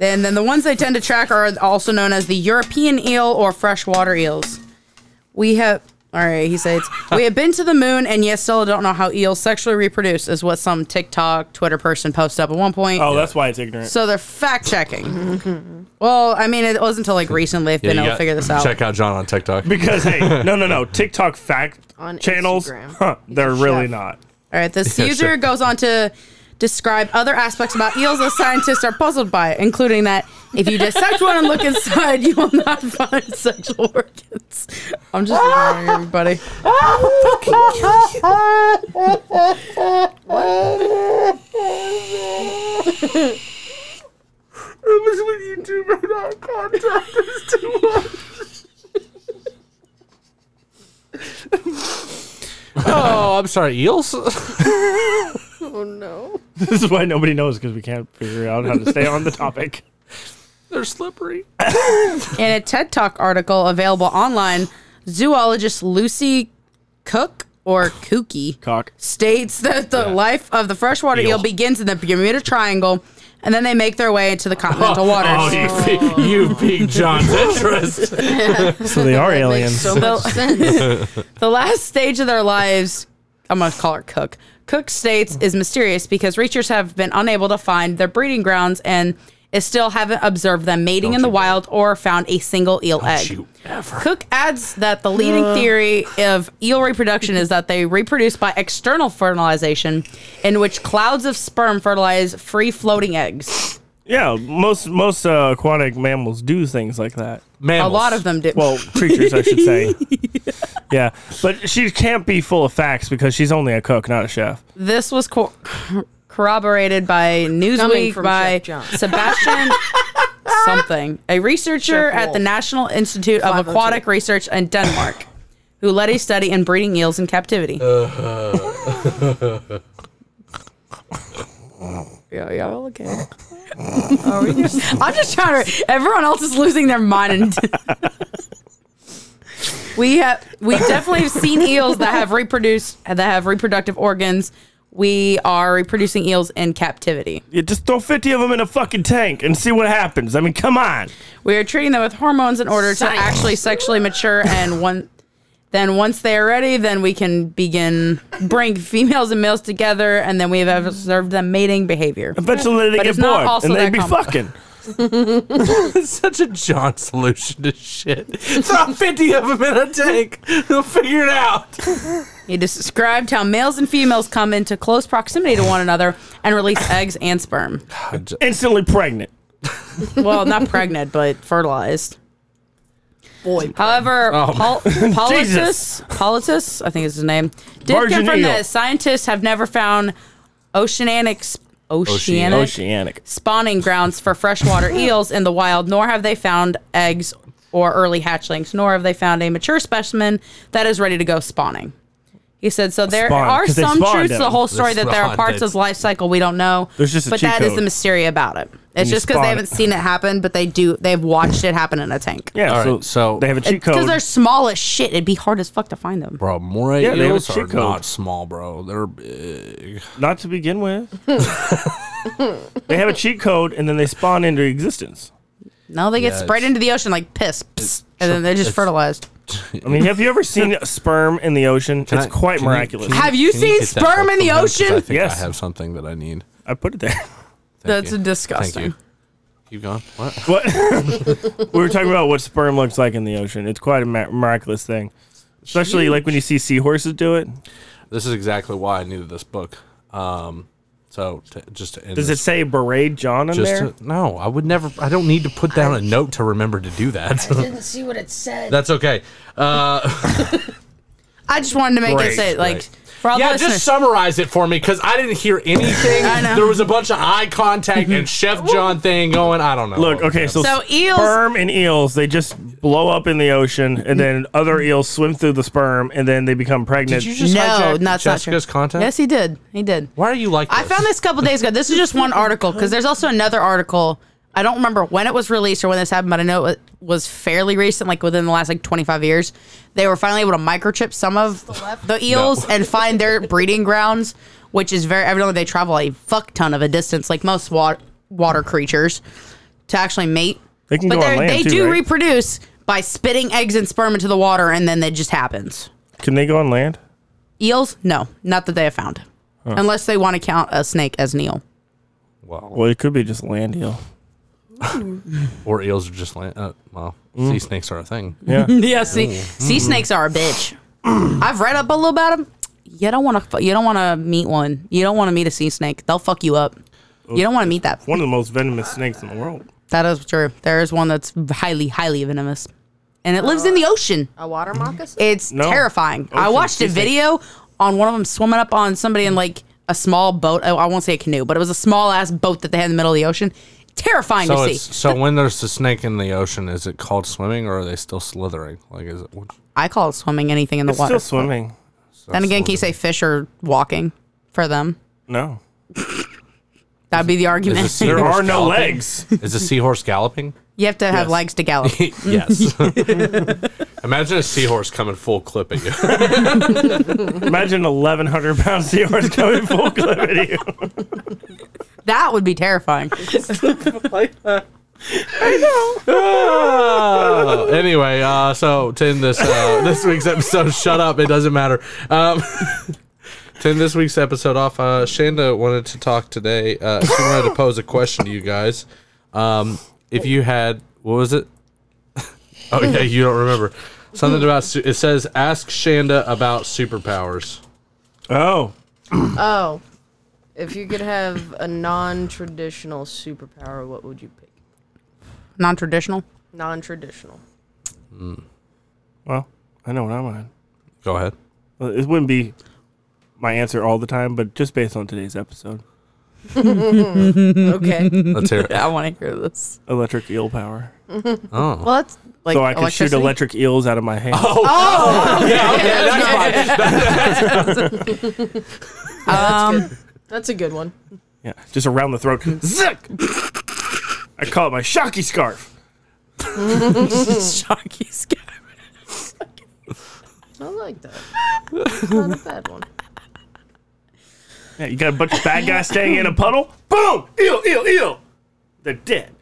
Speaker 2: And then the ones they tend to track are also known as the European eel or freshwater eels. We have. All right, he says we have been to the moon, and yet still don't know how eels sexually reproduce, is what some TikTok Twitter person posted up at one point.
Speaker 3: Oh, that's why it's ignorant.
Speaker 2: So they're fact checking. well, I mean, it wasn't until like recently they've been able to figure this out.
Speaker 1: Check out John on
Speaker 3: [LAUGHS]
Speaker 1: TikTok. [LAUGHS]
Speaker 3: because hey, no, no, no, TikTok fact
Speaker 4: On
Speaker 3: channels,
Speaker 4: Instagram.
Speaker 3: huh,
Speaker 4: He's
Speaker 3: they're
Speaker 4: a
Speaker 3: really
Speaker 4: chef.
Speaker 3: not. [LAUGHS]
Speaker 2: All right, this
Speaker 1: [LAUGHS] Yeah,
Speaker 2: user
Speaker 1: sure.
Speaker 2: goes on to describe other aspects about eels that scientists are puzzled by, including that if you dissect one and look inside, you will not find sexual organs. I'm just ignoring
Speaker 1: [LAUGHS]
Speaker 2: everybody.
Speaker 1: oh, I'm sorry. Eels. [LAUGHS]
Speaker 4: Oh no.
Speaker 3: This is why nobody knows because we can't figure out how to stay on the topic.
Speaker 1: They're slippery.
Speaker 2: In a TED Talk article available online, zoologist Lucy Cook or
Speaker 3: [LAUGHS]
Speaker 2: Kookie
Speaker 3: Cock.
Speaker 2: states that the life of the freshwater eel.
Speaker 1: Eel.
Speaker 2: begins in the Bermuda Triangle, and then they make their way into the
Speaker 1: [LAUGHS]
Speaker 2: continental waters.
Speaker 1: Oh, you, you piqued
Speaker 2: [LAUGHS]
Speaker 1: John's interest.
Speaker 3: So
Speaker 4: [LAUGHS]
Speaker 3: they are aliens.
Speaker 4: So much sense.
Speaker 2: The last stage of their lives, I'm going to call her Cook. Cook states is mysterious because researchers have been unable to find their breeding grounds and is still haven't observed them mating in the wild or found a single eel egg.
Speaker 1: you ever.
Speaker 2: Cook adds that the leading theory of eel reproduction is that they reproduce by external fertilization, in which clouds of sperm fertilize free floating eggs.
Speaker 3: Yeah, most most uh, aquatic mammals do things like that.
Speaker 2: A
Speaker 1: Mammals.
Speaker 2: lot of them do.
Speaker 3: Well, creatures, I should say. Yeah, but she can't be full of facts because she's only a cook, not a chef.
Speaker 2: This was co- corroborated by Newsweek
Speaker 4: from
Speaker 2: by
Speaker 4: Chef John.
Speaker 2: Sebastian
Speaker 4: [LAUGHS]
Speaker 2: something, a researcher
Speaker 4: Chef
Speaker 2: at the
Speaker 4: Wolf.
Speaker 2: National Institute of
Speaker 4: 502.
Speaker 2: Aquatic Research in Denmark, who led a study in breeding eels in captivity. yeah, yeah, okay. Are we just- I'm just trying to. Everyone else is losing their mind. And [LAUGHS] we have we definitely have seen eels that have reproduced that have reproductive organs. We are reproducing eels in captivity.
Speaker 3: You just throw fifty of them in a fucking tank and see what happens. I mean, come on.
Speaker 2: We are treating them with hormones in order
Speaker 4: Science.
Speaker 2: to actually sexually mature, and one, then once they are ready, then we can begin bring females and males together, and then we have observed them mating behavior.
Speaker 3: Eventually they
Speaker 2: But
Speaker 3: get
Speaker 2: it's not
Speaker 3: bored
Speaker 2: also
Speaker 3: and they
Speaker 2: that
Speaker 3: be
Speaker 2: complex.
Speaker 3: fucking.
Speaker 1: It's [LAUGHS] such a John solution to shit. Throw 50 of them in a tank. They'll figure it out.
Speaker 2: He described how males and females come into close proximity to one another and release eggs and sperm.
Speaker 3: Instantly pregnant.
Speaker 2: Well, not pregnant, but fertilized.
Speaker 4: Boy.
Speaker 2: However, Pol-
Speaker 3: Oh, [LAUGHS] Jesus.
Speaker 2: Politus, Politus, I think is his name, did
Speaker 3: Virgin
Speaker 2: confirm
Speaker 3: eel.
Speaker 2: that scientists have never found oceanic, sp- oceanic,
Speaker 3: Oceanic.
Speaker 2: spawning grounds for freshwater eels in the wild, nor have they found eggs or early hatchlings, nor have they found a mature specimen that is ready to go spawning. He said, so there
Speaker 3: Spawn,
Speaker 2: are
Speaker 3: 'cause they
Speaker 2: some
Speaker 3: spawned
Speaker 2: truths to the
Speaker 3: them.
Speaker 2: whole story that there are
Speaker 1: Spawned
Speaker 2: parts of
Speaker 1: it.
Speaker 2: his life cycle we don't know.
Speaker 3: There's just a
Speaker 2: but
Speaker 3: cheat
Speaker 2: that is
Speaker 3: code.
Speaker 2: the mystery about it. It's
Speaker 3: you
Speaker 2: just because
Speaker 3: spawn it.
Speaker 2: they haven't seen it happen, but they do. They've watched it happen in a tank.
Speaker 3: Yeah,
Speaker 1: All
Speaker 3: so,
Speaker 1: right, so-
Speaker 3: they have a cheat
Speaker 2: Because
Speaker 3: code.
Speaker 2: they're small as shit. It'd be hard as fuck to find them.
Speaker 1: Bro, moray
Speaker 3: Yeah, they have a
Speaker 1: eels are
Speaker 3: cheat code.
Speaker 1: not small, bro. They're big.
Speaker 3: Not to begin
Speaker 2: [LAUGHS]
Speaker 3: with. they have a cheat code and then they spawn into existence.
Speaker 2: No, they get
Speaker 1: Yeah,
Speaker 2: sprayed
Speaker 1: it's-
Speaker 2: into the ocean like piss, pss, and then they're just
Speaker 1: it's-
Speaker 2: fertilized.
Speaker 3: I mean, have you ever seen sperm in the ocean? it's
Speaker 1: I-
Speaker 3: quite
Speaker 1: can you-
Speaker 3: miraculous.
Speaker 1: can
Speaker 2: Have you
Speaker 1: can
Speaker 2: seen
Speaker 1: get that
Speaker 2: sperm
Speaker 1: up
Speaker 2: in the
Speaker 1: for me? 'Cause I
Speaker 2: ocean?
Speaker 1: think
Speaker 3: Yes.
Speaker 1: I have something that I need.
Speaker 3: I put it there. [LAUGHS]
Speaker 2: That's
Speaker 1: you.
Speaker 2: disgusting.
Speaker 1: Thank you. Keep going. What?
Speaker 3: What? we were talking about what sperm looks like in the ocean. It's quite a mi- miraculous thing, especially like when you see seahorses do it.
Speaker 1: This is exactly why I needed this book. Um, so to, just to end
Speaker 3: Does it
Speaker 1: this,
Speaker 3: say "beret John" in
Speaker 1: just
Speaker 3: there?
Speaker 1: to- no, I would never. I don't need to put down a note to remember to do that.
Speaker 4: Didn't see what it said.
Speaker 1: That's okay. Uh,
Speaker 2: I just wanted to make
Speaker 1: Great,
Speaker 2: it say like
Speaker 1: great.
Speaker 2: for all
Speaker 1: yeah,
Speaker 2: the listeners.
Speaker 1: just summarize it for me because I didn't hear
Speaker 2: [LAUGHS]
Speaker 1: anything.
Speaker 2: I know.
Speaker 1: There was a bunch of eye contact and Chef John thing going. I don't know.
Speaker 3: Look, okay, so,
Speaker 2: So eels-
Speaker 3: sperm and eels, they just blow up in the ocean, and then other eels swim through the sperm, and then they become pregnant.
Speaker 1: Did you just
Speaker 2: no, not
Speaker 1: hijack
Speaker 2: that's not true.
Speaker 1: Jessica's contact?
Speaker 2: Yes, he did. He did.
Speaker 1: Why are you like
Speaker 2: I found this a couple days ago. This is just one article because there's also another article. I don't remember when it was released or when this happened, but I know it was fairly recent, like within the last like 25 years. They were finally able to microchip some of the eels and find their breeding grounds, which is very evidently they travel a fuck ton of a distance, like most water, water creatures, to actually mate.
Speaker 3: They can
Speaker 2: but
Speaker 3: go on
Speaker 2: they're-
Speaker 3: land
Speaker 2: they
Speaker 3: too,
Speaker 2: do
Speaker 3: right?
Speaker 2: reproduce by spitting eggs and sperm into the water, and then it just happens.
Speaker 3: Can they go on land?
Speaker 2: Eels? No, not that they have found, unless they want to count a snake as an eel.
Speaker 3: Well, it could be just land [LAUGHS] eel.
Speaker 1: or eels are just like uh, well, sea snakes are a thing.
Speaker 3: Yeah. mm-hmm.
Speaker 2: Yeah, see, sea snakes are a bitch. [CLEARS THROAT] I've read up a little about them. You don't want to. You don't want to meet one. You don't want to meet a sea snake. They'll fuck you up. You don't want to meet that.
Speaker 3: One of the most venomous snakes in the world.
Speaker 2: That is true. There is one that's highly, highly venomous, and it lives in the ocean.
Speaker 4: A water moccasin?
Speaker 2: It's
Speaker 3: No.
Speaker 2: terrifying. I
Speaker 3: Ocean
Speaker 2: watched
Speaker 3: sea
Speaker 2: a
Speaker 3: snake.
Speaker 2: video on one of them swimming up on somebody in like a small boat. Oh, I won't say a canoe, but it was a small ass boat that they had in the middle of the ocean. Terrifying
Speaker 1: So
Speaker 2: to
Speaker 1: it's,
Speaker 2: see.
Speaker 1: so when there's a snake in the ocean, is it called swimming or are they still slithering? Like is it? what-
Speaker 2: I call it swimming anything in the
Speaker 3: It's
Speaker 2: water.
Speaker 3: still swimming.
Speaker 2: Then again, can you say fish or walking for them?
Speaker 3: No.
Speaker 2: That'd be the argument.
Speaker 1: Is a
Speaker 3: There
Speaker 1: seahorse
Speaker 3: are no
Speaker 1: galloping?
Speaker 3: legs.
Speaker 1: Is a seahorse galloping?
Speaker 2: [LAUGHS] You have to
Speaker 3: Yes.
Speaker 2: have legs to
Speaker 1: [LAUGHS]
Speaker 2: gallop.
Speaker 1: yes. Imagine a seahorse coming full clip [LAUGHS] at you.
Speaker 3: Imagine an 1,100 pound
Speaker 2: [LAUGHS]
Speaker 3: seahorse coming full clip at you.
Speaker 2: that would be terrifying.
Speaker 1: Oh, anyway, uh, so to end this uh, this week's episode, shut up. It doesn't matter. Um, [LAUGHS] to end this week's episode off, uh, Shanda wanted to talk today. Uh, she wanted to pose a question to you guys. Um, if you had, what was it? [LAUGHS] oh yeah, you don't remember. Something about su- it says ask Shanda about superpowers.
Speaker 3: Oh.
Speaker 4: Oh. If you could have a non traditional superpower, what would you pick?
Speaker 2: Non traditional.
Speaker 4: Non traditional.
Speaker 3: Well, I know what I'm on.
Speaker 1: Go ahead.
Speaker 3: Well, It wouldn't be my answer all the time, but just based on today's episode,
Speaker 2: [LAUGHS]
Speaker 4: Okay.
Speaker 1: Let's hear it.
Speaker 2: I want to hear this.
Speaker 3: electric eel power.
Speaker 1: Oh.
Speaker 2: Well, that's like
Speaker 3: so I could shoot
Speaker 2: electricity. Oh.
Speaker 3: electric eels out of my hand.
Speaker 2: Um,
Speaker 4: That's a good one.
Speaker 3: Yeah, just around the
Speaker 2: [LAUGHS]
Speaker 3: throat. Zick! I call it my shocky scarf.
Speaker 2: [LAUGHS] Shocky sky.
Speaker 4: I like that. It's Not a bad one.
Speaker 3: Yeah, you got a bunch of bad guys standing in a puddle. Boom! Eel, eel, eel. They're dead.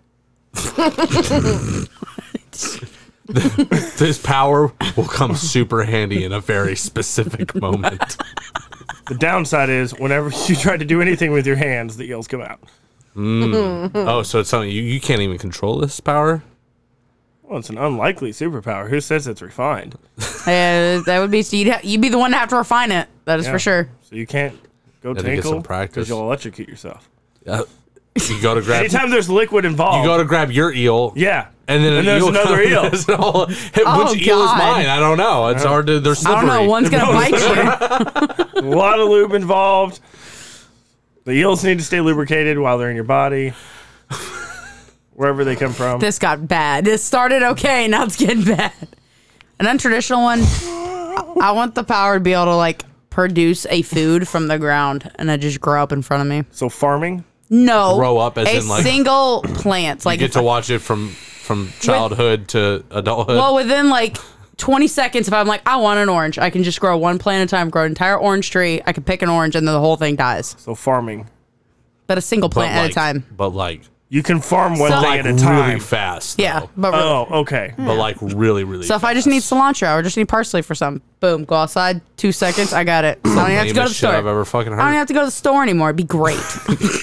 Speaker 1: This power will come super handy in a very specific moment.
Speaker 3: The downside is whenever [LAUGHS] you try to do anything with your hands, the eels come out.
Speaker 2: Hmm.
Speaker 1: Oh, so it's something you, you can't even control this power?
Speaker 3: Well, it's an unlikely superpower. Who says it's refined?
Speaker 2: Yeah, that would be. You'd, ha- you'd be the one to have to refine it. That is
Speaker 3: Yeah.
Speaker 2: for sure.
Speaker 3: So you can't go
Speaker 1: Gotta get
Speaker 3: tinkle
Speaker 1: some practice.
Speaker 3: because you'll electrocute yourself.
Speaker 1: Uh, you go to grab you
Speaker 3: Anytime there's liquid involved,
Speaker 1: go to grab your eel.
Speaker 3: yeah.
Speaker 1: And then an
Speaker 3: there's
Speaker 1: eel
Speaker 3: another
Speaker 1: comes-
Speaker 3: eel.
Speaker 1: [LAUGHS] there's an whole- hey,
Speaker 2: Oh,
Speaker 1: which eel is
Speaker 2: God.
Speaker 1: mine? I don't know. It's hard to. They're
Speaker 2: I
Speaker 1: slippery.
Speaker 2: don't know. One's
Speaker 1: [LAUGHS]
Speaker 2: gonna bite you.
Speaker 3: a lot of lube involved. The eels need to stay lubricated while they're in your body, wherever they come from.
Speaker 2: This got bad. This started okay. Now it's getting bad. An untraditional one. I- I want the power to be able to like produce a food from the ground and it just grow up in front of me.
Speaker 3: so farming,
Speaker 2: No.
Speaker 1: Grow up as
Speaker 2: a
Speaker 1: in, like-
Speaker 2: single plant. Like
Speaker 1: You get to watch it from from childhood to adulthood.
Speaker 2: Well, within like 20 seconds, if I'm like, I want an orange, I can just grow one plant at a time, grow an entire orange tree. I can pick an orange and then the whole thing dies.
Speaker 3: so farming.
Speaker 2: But a single
Speaker 1: but
Speaker 2: plant at
Speaker 1: like-
Speaker 2: a time.
Speaker 1: But like
Speaker 3: You can farm one
Speaker 2: So-
Speaker 3: thing
Speaker 2: Like
Speaker 3: at a time.
Speaker 1: really fast.
Speaker 2: Yeah,
Speaker 1: though.
Speaker 2: but really.
Speaker 3: oh, okay.
Speaker 1: but like really, really.
Speaker 2: So if I just need
Speaker 1: fast.
Speaker 2: cilantro or just need parsley for some, boom, go outside, two seconds, I got it. I don't even have to go to the
Speaker 1: Lamest shit
Speaker 2: store.
Speaker 1: I've ever fucking
Speaker 2: I don't even
Speaker 1: heard.
Speaker 2: have to go to the store anymore. It'd be great.
Speaker 1: [LAUGHS]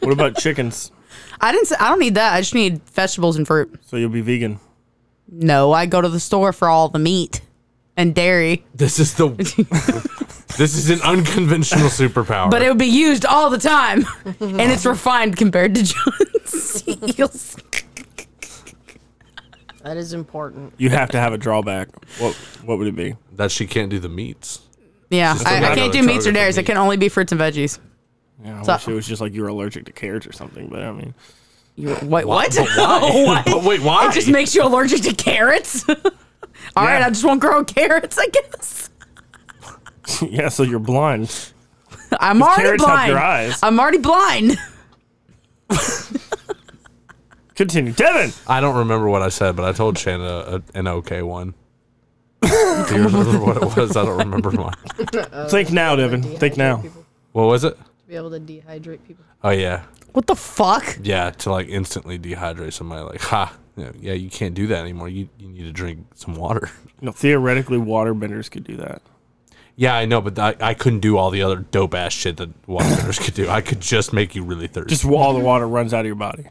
Speaker 3: What about chickens?
Speaker 2: I didn't. Say, I don't need that. I just need vegetables and fruit.
Speaker 3: So you'll be vegan.
Speaker 2: No, I go to the store for all the meat and dairy,
Speaker 1: This is the. this is an unconventional superpower.
Speaker 2: but it would be used all the time, [LAUGHS] and it's refined compared to John's. [LAUGHS] You'll-
Speaker 4: That is important.
Speaker 3: You have to have a drawback. What What would it be?
Speaker 1: that she can't do the meats.
Speaker 2: yeah,
Speaker 1: a
Speaker 2: I, I
Speaker 1: lot
Speaker 2: can't
Speaker 1: of
Speaker 2: do meats or
Speaker 1: targeted
Speaker 2: dairies. It
Speaker 1: meat.
Speaker 2: can only be fruits and veggies.
Speaker 3: Yeah, I
Speaker 2: So-
Speaker 3: wish it was just like you were allergic to carrots or something. But I mean, [LAUGHS]
Speaker 2: You, wait, what? [LAUGHS]
Speaker 1: But why?
Speaker 2: What?
Speaker 1: But wait, why?
Speaker 2: It just makes you allergic to carrots. [LAUGHS] All right,
Speaker 3: Yeah.
Speaker 2: I just won't grow carrots. I guess [LAUGHS]
Speaker 3: yeah. So you're blind.
Speaker 2: I'm already
Speaker 3: carrots help
Speaker 2: blind.
Speaker 3: your eyes.
Speaker 2: I'm already blind. [LAUGHS]
Speaker 3: Continue, Devin.
Speaker 1: I don't remember what I said, but I told Shanna a, an okay one. do you remember what it was? I don't remember mine.
Speaker 2: Uh,
Speaker 3: Think now, Devin. Think now.
Speaker 4: People,
Speaker 1: What was it?
Speaker 4: to be able to dehydrate people.
Speaker 1: Oh yeah,
Speaker 2: What the fuck?
Speaker 1: yeah. To like instantly dehydrate somebody, like ha, yeah, yeah, you can't do that anymore. You you need to drink some water.
Speaker 3: No, theoretically, waterbenders could do that.
Speaker 1: Yeah, I know, but I, I couldn't do all the other dope ass shit that [COUGHS] waterbenders could do. I could just make you really thirsty.
Speaker 3: Just all the water runs out of your body.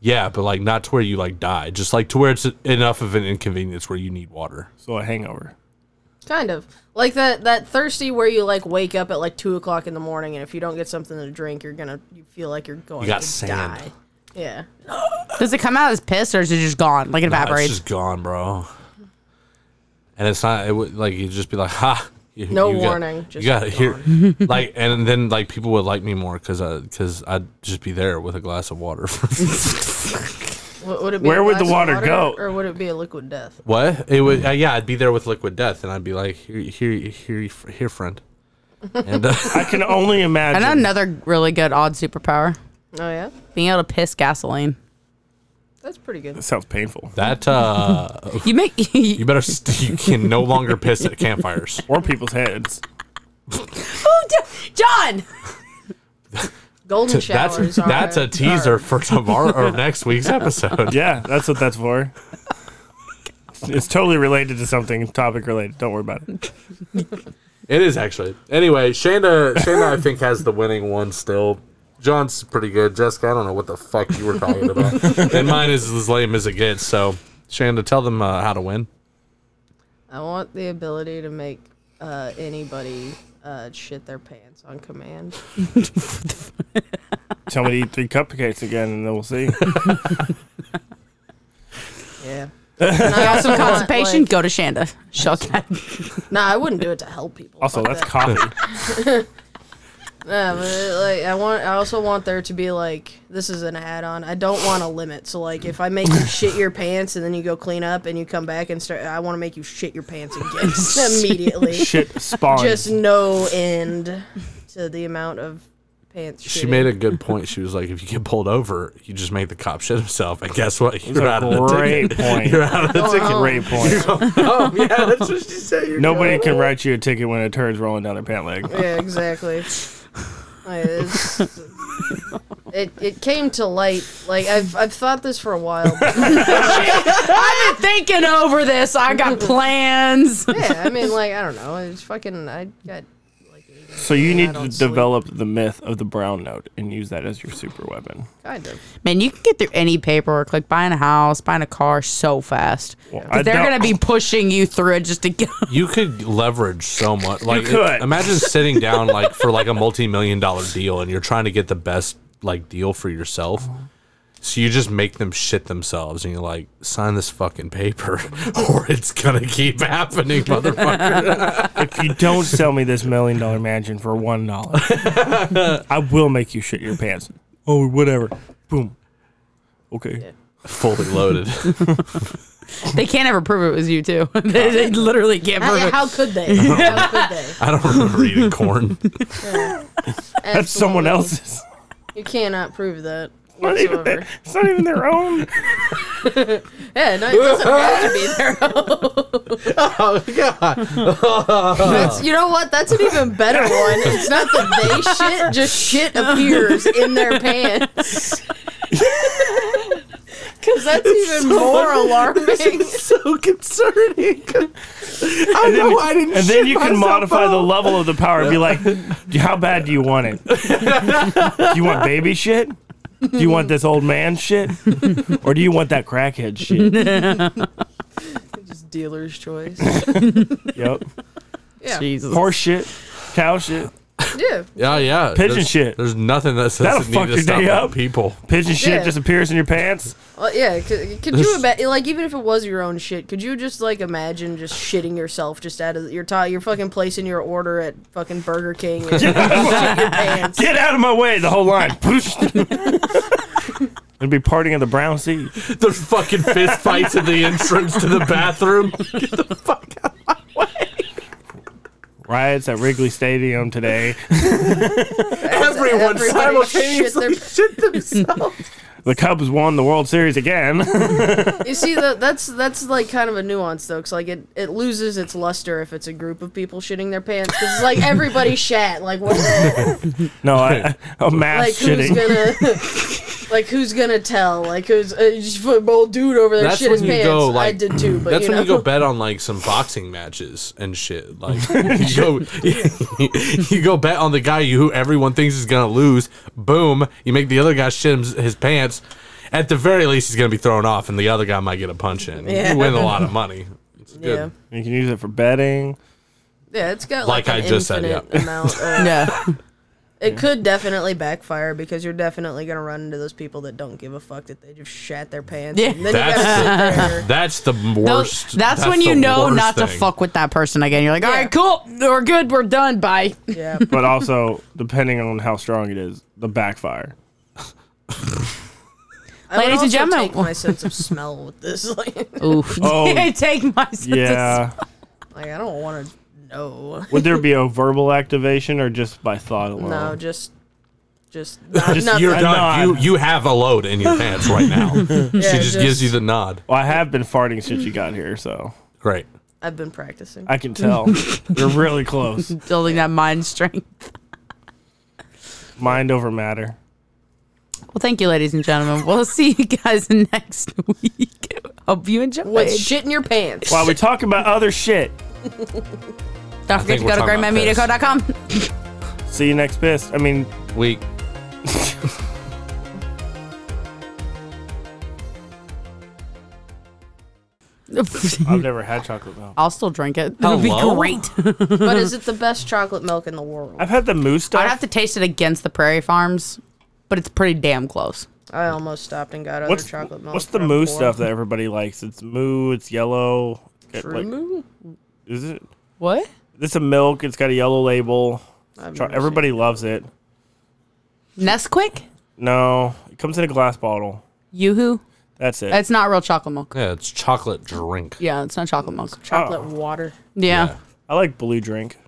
Speaker 1: yeah, but like not to where you like die, just like to where it's enough of an inconvenience where you need water.
Speaker 3: So a hangover.
Speaker 4: Kind of like that that thirsty where you like wake up at like two o'clock in the morning, and if you don't get something to drink, you're gonna you feel like you're going
Speaker 1: You got
Speaker 4: to
Speaker 1: sand.
Speaker 4: die. Yeah,
Speaker 2: Does it come out as piss or is it just gone? Like it
Speaker 1: Nah,
Speaker 2: evaporates?
Speaker 1: it's just gone, bro. And it's not. It would like you'd just be like, ha. You,
Speaker 4: No
Speaker 1: you got-
Speaker 4: warning,
Speaker 1: you
Speaker 4: just
Speaker 1: got to hear, like, and then like people would like me more because I because I'd just be there with a glass of water. [LAUGHS]
Speaker 4: W- would it be
Speaker 3: Where
Speaker 4: a
Speaker 3: would the
Speaker 4: glass of
Speaker 3: water go?
Speaker 4: or would it be a liquid death?
Speaker 1: what it would? Uh, yeah, I'd be there with liquid death, and I'd be like, here, here, here, here friend. And uh, [LAUGHS]
Speaker 3: I can
Speaker 2: [LAUGHS]
Speaker 3: only
Speaker 2: I
Speaker 3: imagine.
Speaker 2: know another really good odd superpower
Speaker 4: Oh yeah,
Speaker 2: being able to piss gasoline.
Speaker 4: that's pretty good.
Speaker 3: That sounds painful.
Speaker 1: that uh,
Speaker 2: [LAUGHS] You make
Speaker 1: [LAUGHS] You better. St- you can no longer piss at campfires.
Speaker 3: Or people's heads.
Speaker 2: Oh, Jo- John.
Speaker 4: Golden showers.
Speaker 1: That's [LAUGHS] that's
Speaker 4: are-
Speaker 1: a teaser for tomorrow or next week's episode. [LAUGHS]
Speaker 3: Yeah, that's what that's for. It's totally related to something, topic related. Don't worry about it.
Speaker 1: It is actually. Anyway, Shanda, Shanda, I think has the winning one still. John's pretty good. Jessica, I don't know what the fuck you were talking about, [LAUGHS] and mine is as lame as it gets. So, Shanda, tell them uh, how to win.
Speaker 4: I want the ability to make uh, anybody uh, shit their pants on command.
Speaker 3: Tell me to eat three cupcakes again, and then we'll see.
Speaker 4: Yeah. [LAUGHS]
Speaker 2: Got some constipation?
Speaker 4: like-
Speaker 2: Go to Shanda. She'll get. [LAUGHS]
Speaker 4: Nah, I wouldn't do it to help people.
Speaker 3: Also,
Speaker 4: Fuck
Speaker 3: that's
Speaker 4: that.
Speaker 3: coffee.
Speaker 4: Yeah, but uh, like I want, I also want there to be like this is an add-on. I don't want a limit. So like, if I make
Speaker 1: [LAUGHS]
Speaker 4: you shit your pants and then you go clean up and you come back and start, I want to make you shit your pants
Speaker 1: [LAUGHS]
Speaker 4: again [LAUGHS] immediately.
Speaker 3: Shit spawns.
Speaker 4: Just no end to the amount of pants.
Speaker 1: She made a good point. She was like, "If you get pulled over, you just make the cop shit himself, and guess what? [LAUGHS] You're out of the ticket.
Speaker 3: great point.
Speaker 1: You're out of the ticket."
Speaker 3: Great point.
Speaker 1: [LAUGHS] Oh yeah, that's what she said. You're
Speaker 3: Nobody can write you a ticket when a turn's rolling down their pant leg.
Speaker 1: [LAUGHS]
Speaker 4: Yeah, exactly. Like, it's- it it came to light. Like I've I've thought this for a while. But
Speaker 2: I've been thinking over this. I got plans.
Speaker 4: yeah, I mean, like I don't know. It's fucking. I got. like
Speaker 3: So you need to
Speaker 4: don't sleep.
Speaker 3: develop the myth of the brown note and use that as your super weapon.
Speaker 4: Kind of.
Speaker 2: Man, you can get through any paperwork, like buying a house, buying a car, so fast.
Speaker 3: Well,
Speaker 2: 'Cause
Speaker 3: I
Speaker 2: they're
Speaker 3: don't-
Speaker 2: gonna be pushing you through it just to get. [LAUGHS]
Speaker 1: You could leverage so much. Like,
Speaker 3: could.
Speaker 1: imagine sitting [LAUGHS] down like for like a multi-million dollar deal, and you're trying to get the best like deal for yourself. So you just make them shit themselves, and you're like, sign this fucking paper, [LAUGHS] or it's gonna keep happening, motherfucker.
Speaker 3: If you don't sell me this million dollar mansion for one
Speaker 1: [LAUGHS]
Speaker 3: dollar, I will make you shit your pants. Oh, whatever. Boom. Okay.
Speaker 1: [LAUGHS] Fully loaded.
Speaker 2: They can't ever prove it was you too. [LAUGHS] they, they literally can't
Speaker 4: How,
Speaker 2: prove it.
Speaker 4: how could
Speaker 1: [LAUGHS]
Speaker 4: they? How could they?
Speaker 1: [LAUGHS] I don't remember eating [LAUGHS] corn.
Speaker 3: That's someone
Speaker 4: Absolutely.
Speaker 3: else's. [LAUGHS]
Speaker 4: You cannot prove that
Speaker 3: Not even their,
Speaker 4: whatsoever.
Speaker 3: it's not even their own.
Speaker 4: Yeah, no, it doesn't have to be
Speaker 3: [LAUGHS]
Speaker 4: there.
Speaker 3: Oh,
Speaker 4: That's- you know what? That's an even
Speaker 3: [LAUGHS]
Speaker 4: better one. It's not that they shit, just shit appears in their pants. [LAUGHS] because that's even more
Speaker 3: [LAUGHS]
Speaker 4: alarming.
Speaker 6: so concerning. I [LAUGHS]
Speaker 3: And then,
Speaker 6: know I didn't.
Speaker 3: and then
Speaker 6: shit
Speaker 3: you can
Speaker 6: myself
Speaker 3: modify the
Speaker 6: out.
Speaker 3: level of the power and be
Speaker 6: [LAUGHS]
Speaker 3: like, how bad do you want it? do you want baby shit? Do you want this old man shit? or do you want that crackhead shit?
Speaker 4: Just dealer's choice.
Speaker 3: yep.
Speaker 4: Yeah. [LAUGHS]
Speaker 2: Jesus.
Speaker 3: Horse shit. Cow shit.
Speaker 4: Yeah.
Speaker 1: Yeah, yeah.
Speaker 3: Pigeon
Speaker 1: there's,
Speaker 3: shit.
Speaker 1: There's nothing that says
Speaker 3: That'll
Speaker 1: it
Speaker 3: fuck
Speaker 1: needs
Speaker 3: your
Speaker 1: to stop
Speaker 3: day
Speaker 1: at
Speaker 3: up.
Speaker 1: people.
Speaker 3: Pigeon shit
Speaker 4: Yeah.
Speaker 3: disappears in your pants.
Speaker 4: Well, yeah. Could, could you
Speaker 1: This-
Speaker 4: imagine? Like, even if it was your own shit, could you just like imagine just shitting yourself just out of your tie, your fucking placing your order at fucking Burger King and shit your pants?
Speaker 3: Get out of my way. The whole line. [LAUGHS] It'd be partying in the brown sea.
Speaker 1: There's fucking fist fights at the entrance to the [LAUGHS] bathroom.
Speaker 3: Riots at Wrigley Stadium today.
Speaker 1: Everyone
Speaker 4: Everybody shit
Speaker 1: simultaneously.
Speaker 4: their
Speaker 3: The Cubs won the World Series again. [LAUGHS]
Speaker 4: You see, tha that's that's like kind of a nuance though, 'cause like it, it loses its luster if it's a group of people shitting their pants, 'cause it's like everybody shat. Like what?
Speaker 3: no, I, a mass
Speaker 4: Like who's
Speaker 3: shitting.
Speaker 4: gonna? Like who's gonna [LAUGHS] tell? Like who's uh, just put old dude over there
Speaker 1: That's
Speaker 4: shit his
Speaker 1: when you
Speaker 4: pants?
Speaker 1: go,
Speaker 4: I
Speaker 1: like-
Speaker 4: did too, but
Speaker 1: That's
Speaker 4: you know.
Speaker 1: when you go bet on like some boxing matches and shit. Like [LAUGHS] you go, you go bet on the guy who everyone thinks is gonna lose. Boom! You make the other guy shit his, his pants. At the very least, he's gonna be thrown off, and the other guy might get a punch in.
Speaker 4: Yeah.
Speaker 1: You win a lot of money. It's good.
Speaker 4: yeah,
Speaker 3: You can use it for betting.
Speaker 4: yeah, it's got
Speaker 1: Like
Speaker 4: like,
Speaker 1: I
Speaker 4: an
Speaker 1: just said,
Speaker 4: infinite
Speaker 1: yeah.
Speaker 4: amount.
Speaker 1: [LAUGHS]
Speaker 4: Of,
Speaker 2: Yeah.
Speaker 4: It could definitely backfire because you're definitely gonna run into those people that don't give a fuck that they just shat their pants.
Speaker 2: Yeah.
Speaker 4: and then
Speaker 1: That's-
Speaker 4: you gotta sit there.
Speaker 1: That's the
Speaker 2: Those,
Speaker 1: worst.
Speaker 2: that's, when you
Speaker 1: the
Speaker 2: know
Speaker 1: worst
Speaker 2: not to
Speaker 1: thing.
Speaker 2: fuck with that person again. You're like, all
Speaker 4: Yeah.
Speaker 2: right, cool. We're good. We're done. Bye. [LAUGHS]
Speaker 4: [LAUGHS]
Speaker 3: [LAUGHS]
Speaker 4: Yeah,
Speaker 3: But also, depending on how strong it is, the backfire.
Speaker 4: I would
Speaker 2: Ladies and
Speaker 4: also
Speaker 2: gentlemen.
Speaker 4: take my sense of smell with this. [LAUGHS] Like,
Speaker 2: Oof.
Speaker 3: Oh.
Speaker 2: Take
Speaker 1: [LAUGHS]
Speaker 2: my sense of
Speaker 3: Yeah.
Speaker 4: Like I don't want to know.
Speaker 3: Would there be a verbal activation or just by thought alone?
Speaker 4: No, just,
Speaker 1: [LAUGHS]
Speaker 4: just, not,
Speaker 3: Just
Speaker 4: nothing.
Speaker 1: You're
Speaker 3: A
Speaker 1: done. You
Speaker 3: nod.
Speaker 1: you have a load in your pants right now.
Speaker 4: Yeah,
Speaker 1: she just, gives you the nod.
Speaker 3: Well, I have been farting since you got here, so
Speaker 1: Great.
Speaker 4: I've been practicing.
Speaker 3: I can
Speaker 4: [LAUGHS]
Speaker 3: tell. You're really close.
Speaker 2: [LAUGHS] building that mind strength.
Speaker 3: Mind over matter.
Speaker 2: Well, thank you, ladies and gentlemen. We'll [LAUGHS] see you guys next week. Hope you enjoyed.
Speaker 4: What's shit in your pants?
Speaker 3: While we talk about other shit,
Speaker 2: Don't forget
Speaker 1: think
Speaker 2: to
Speaker 1: we're
Speaker 2: go to
Speaker 1: talking about
Speaker 2: greatmanmediaco.com.
Speaker 3: see you next piss. I mean,
Speaker 1: We [LAUGHS]
Speaker 3: I've never had chocolate milk.
Speaker 2: I'll still drink it. That would be [LAUGHS]
Speaker 1: Hello?
Speaker 2: great.
Speaker 3: [LAUGHS]
Speaker 4: But is it the best chocolate milk in the world?
Speaker 3: I've had the moose stuff.
Speaker 2: I'd have to taste it against the Prairie Farms, but it's pretty damn close.
Speaker 4: I almost stopped and got other
Speaker 3: what's
Speaker 4: chocolate milk.
Speaker 3: what's the
Speaker 4: from
Speaker 3: moo
Speaker 4: Forum.
Speaker 3: stuff that everybody likes? It's moo. It's yellow. It, like, Oh.
Speaker 4: True.
Speaker 3: is it?
Speaker 2: What?
Speaker 3: It's a milk. It's got a yellow label.
Speaker 4: I've
Speaker 3: Try-
Speaker 4: never
Speaker 3: Everybody loves it.
Speaker 2: Nesquik?
Speaker 3: No, it comes in a glass bottle.
Speaker 2: Yoo-hoo?
Speaker 3: That's it.
Speaker 2: It's not real chocolate milk.
Speaker 1: yeah, it's chocolate drink.
Speaker 2: Yeah, it's not chocolate milk.
Speaker 4: seen chocolate water.
Speaker 2: Yeah.
Speaker 3: I like blue drink.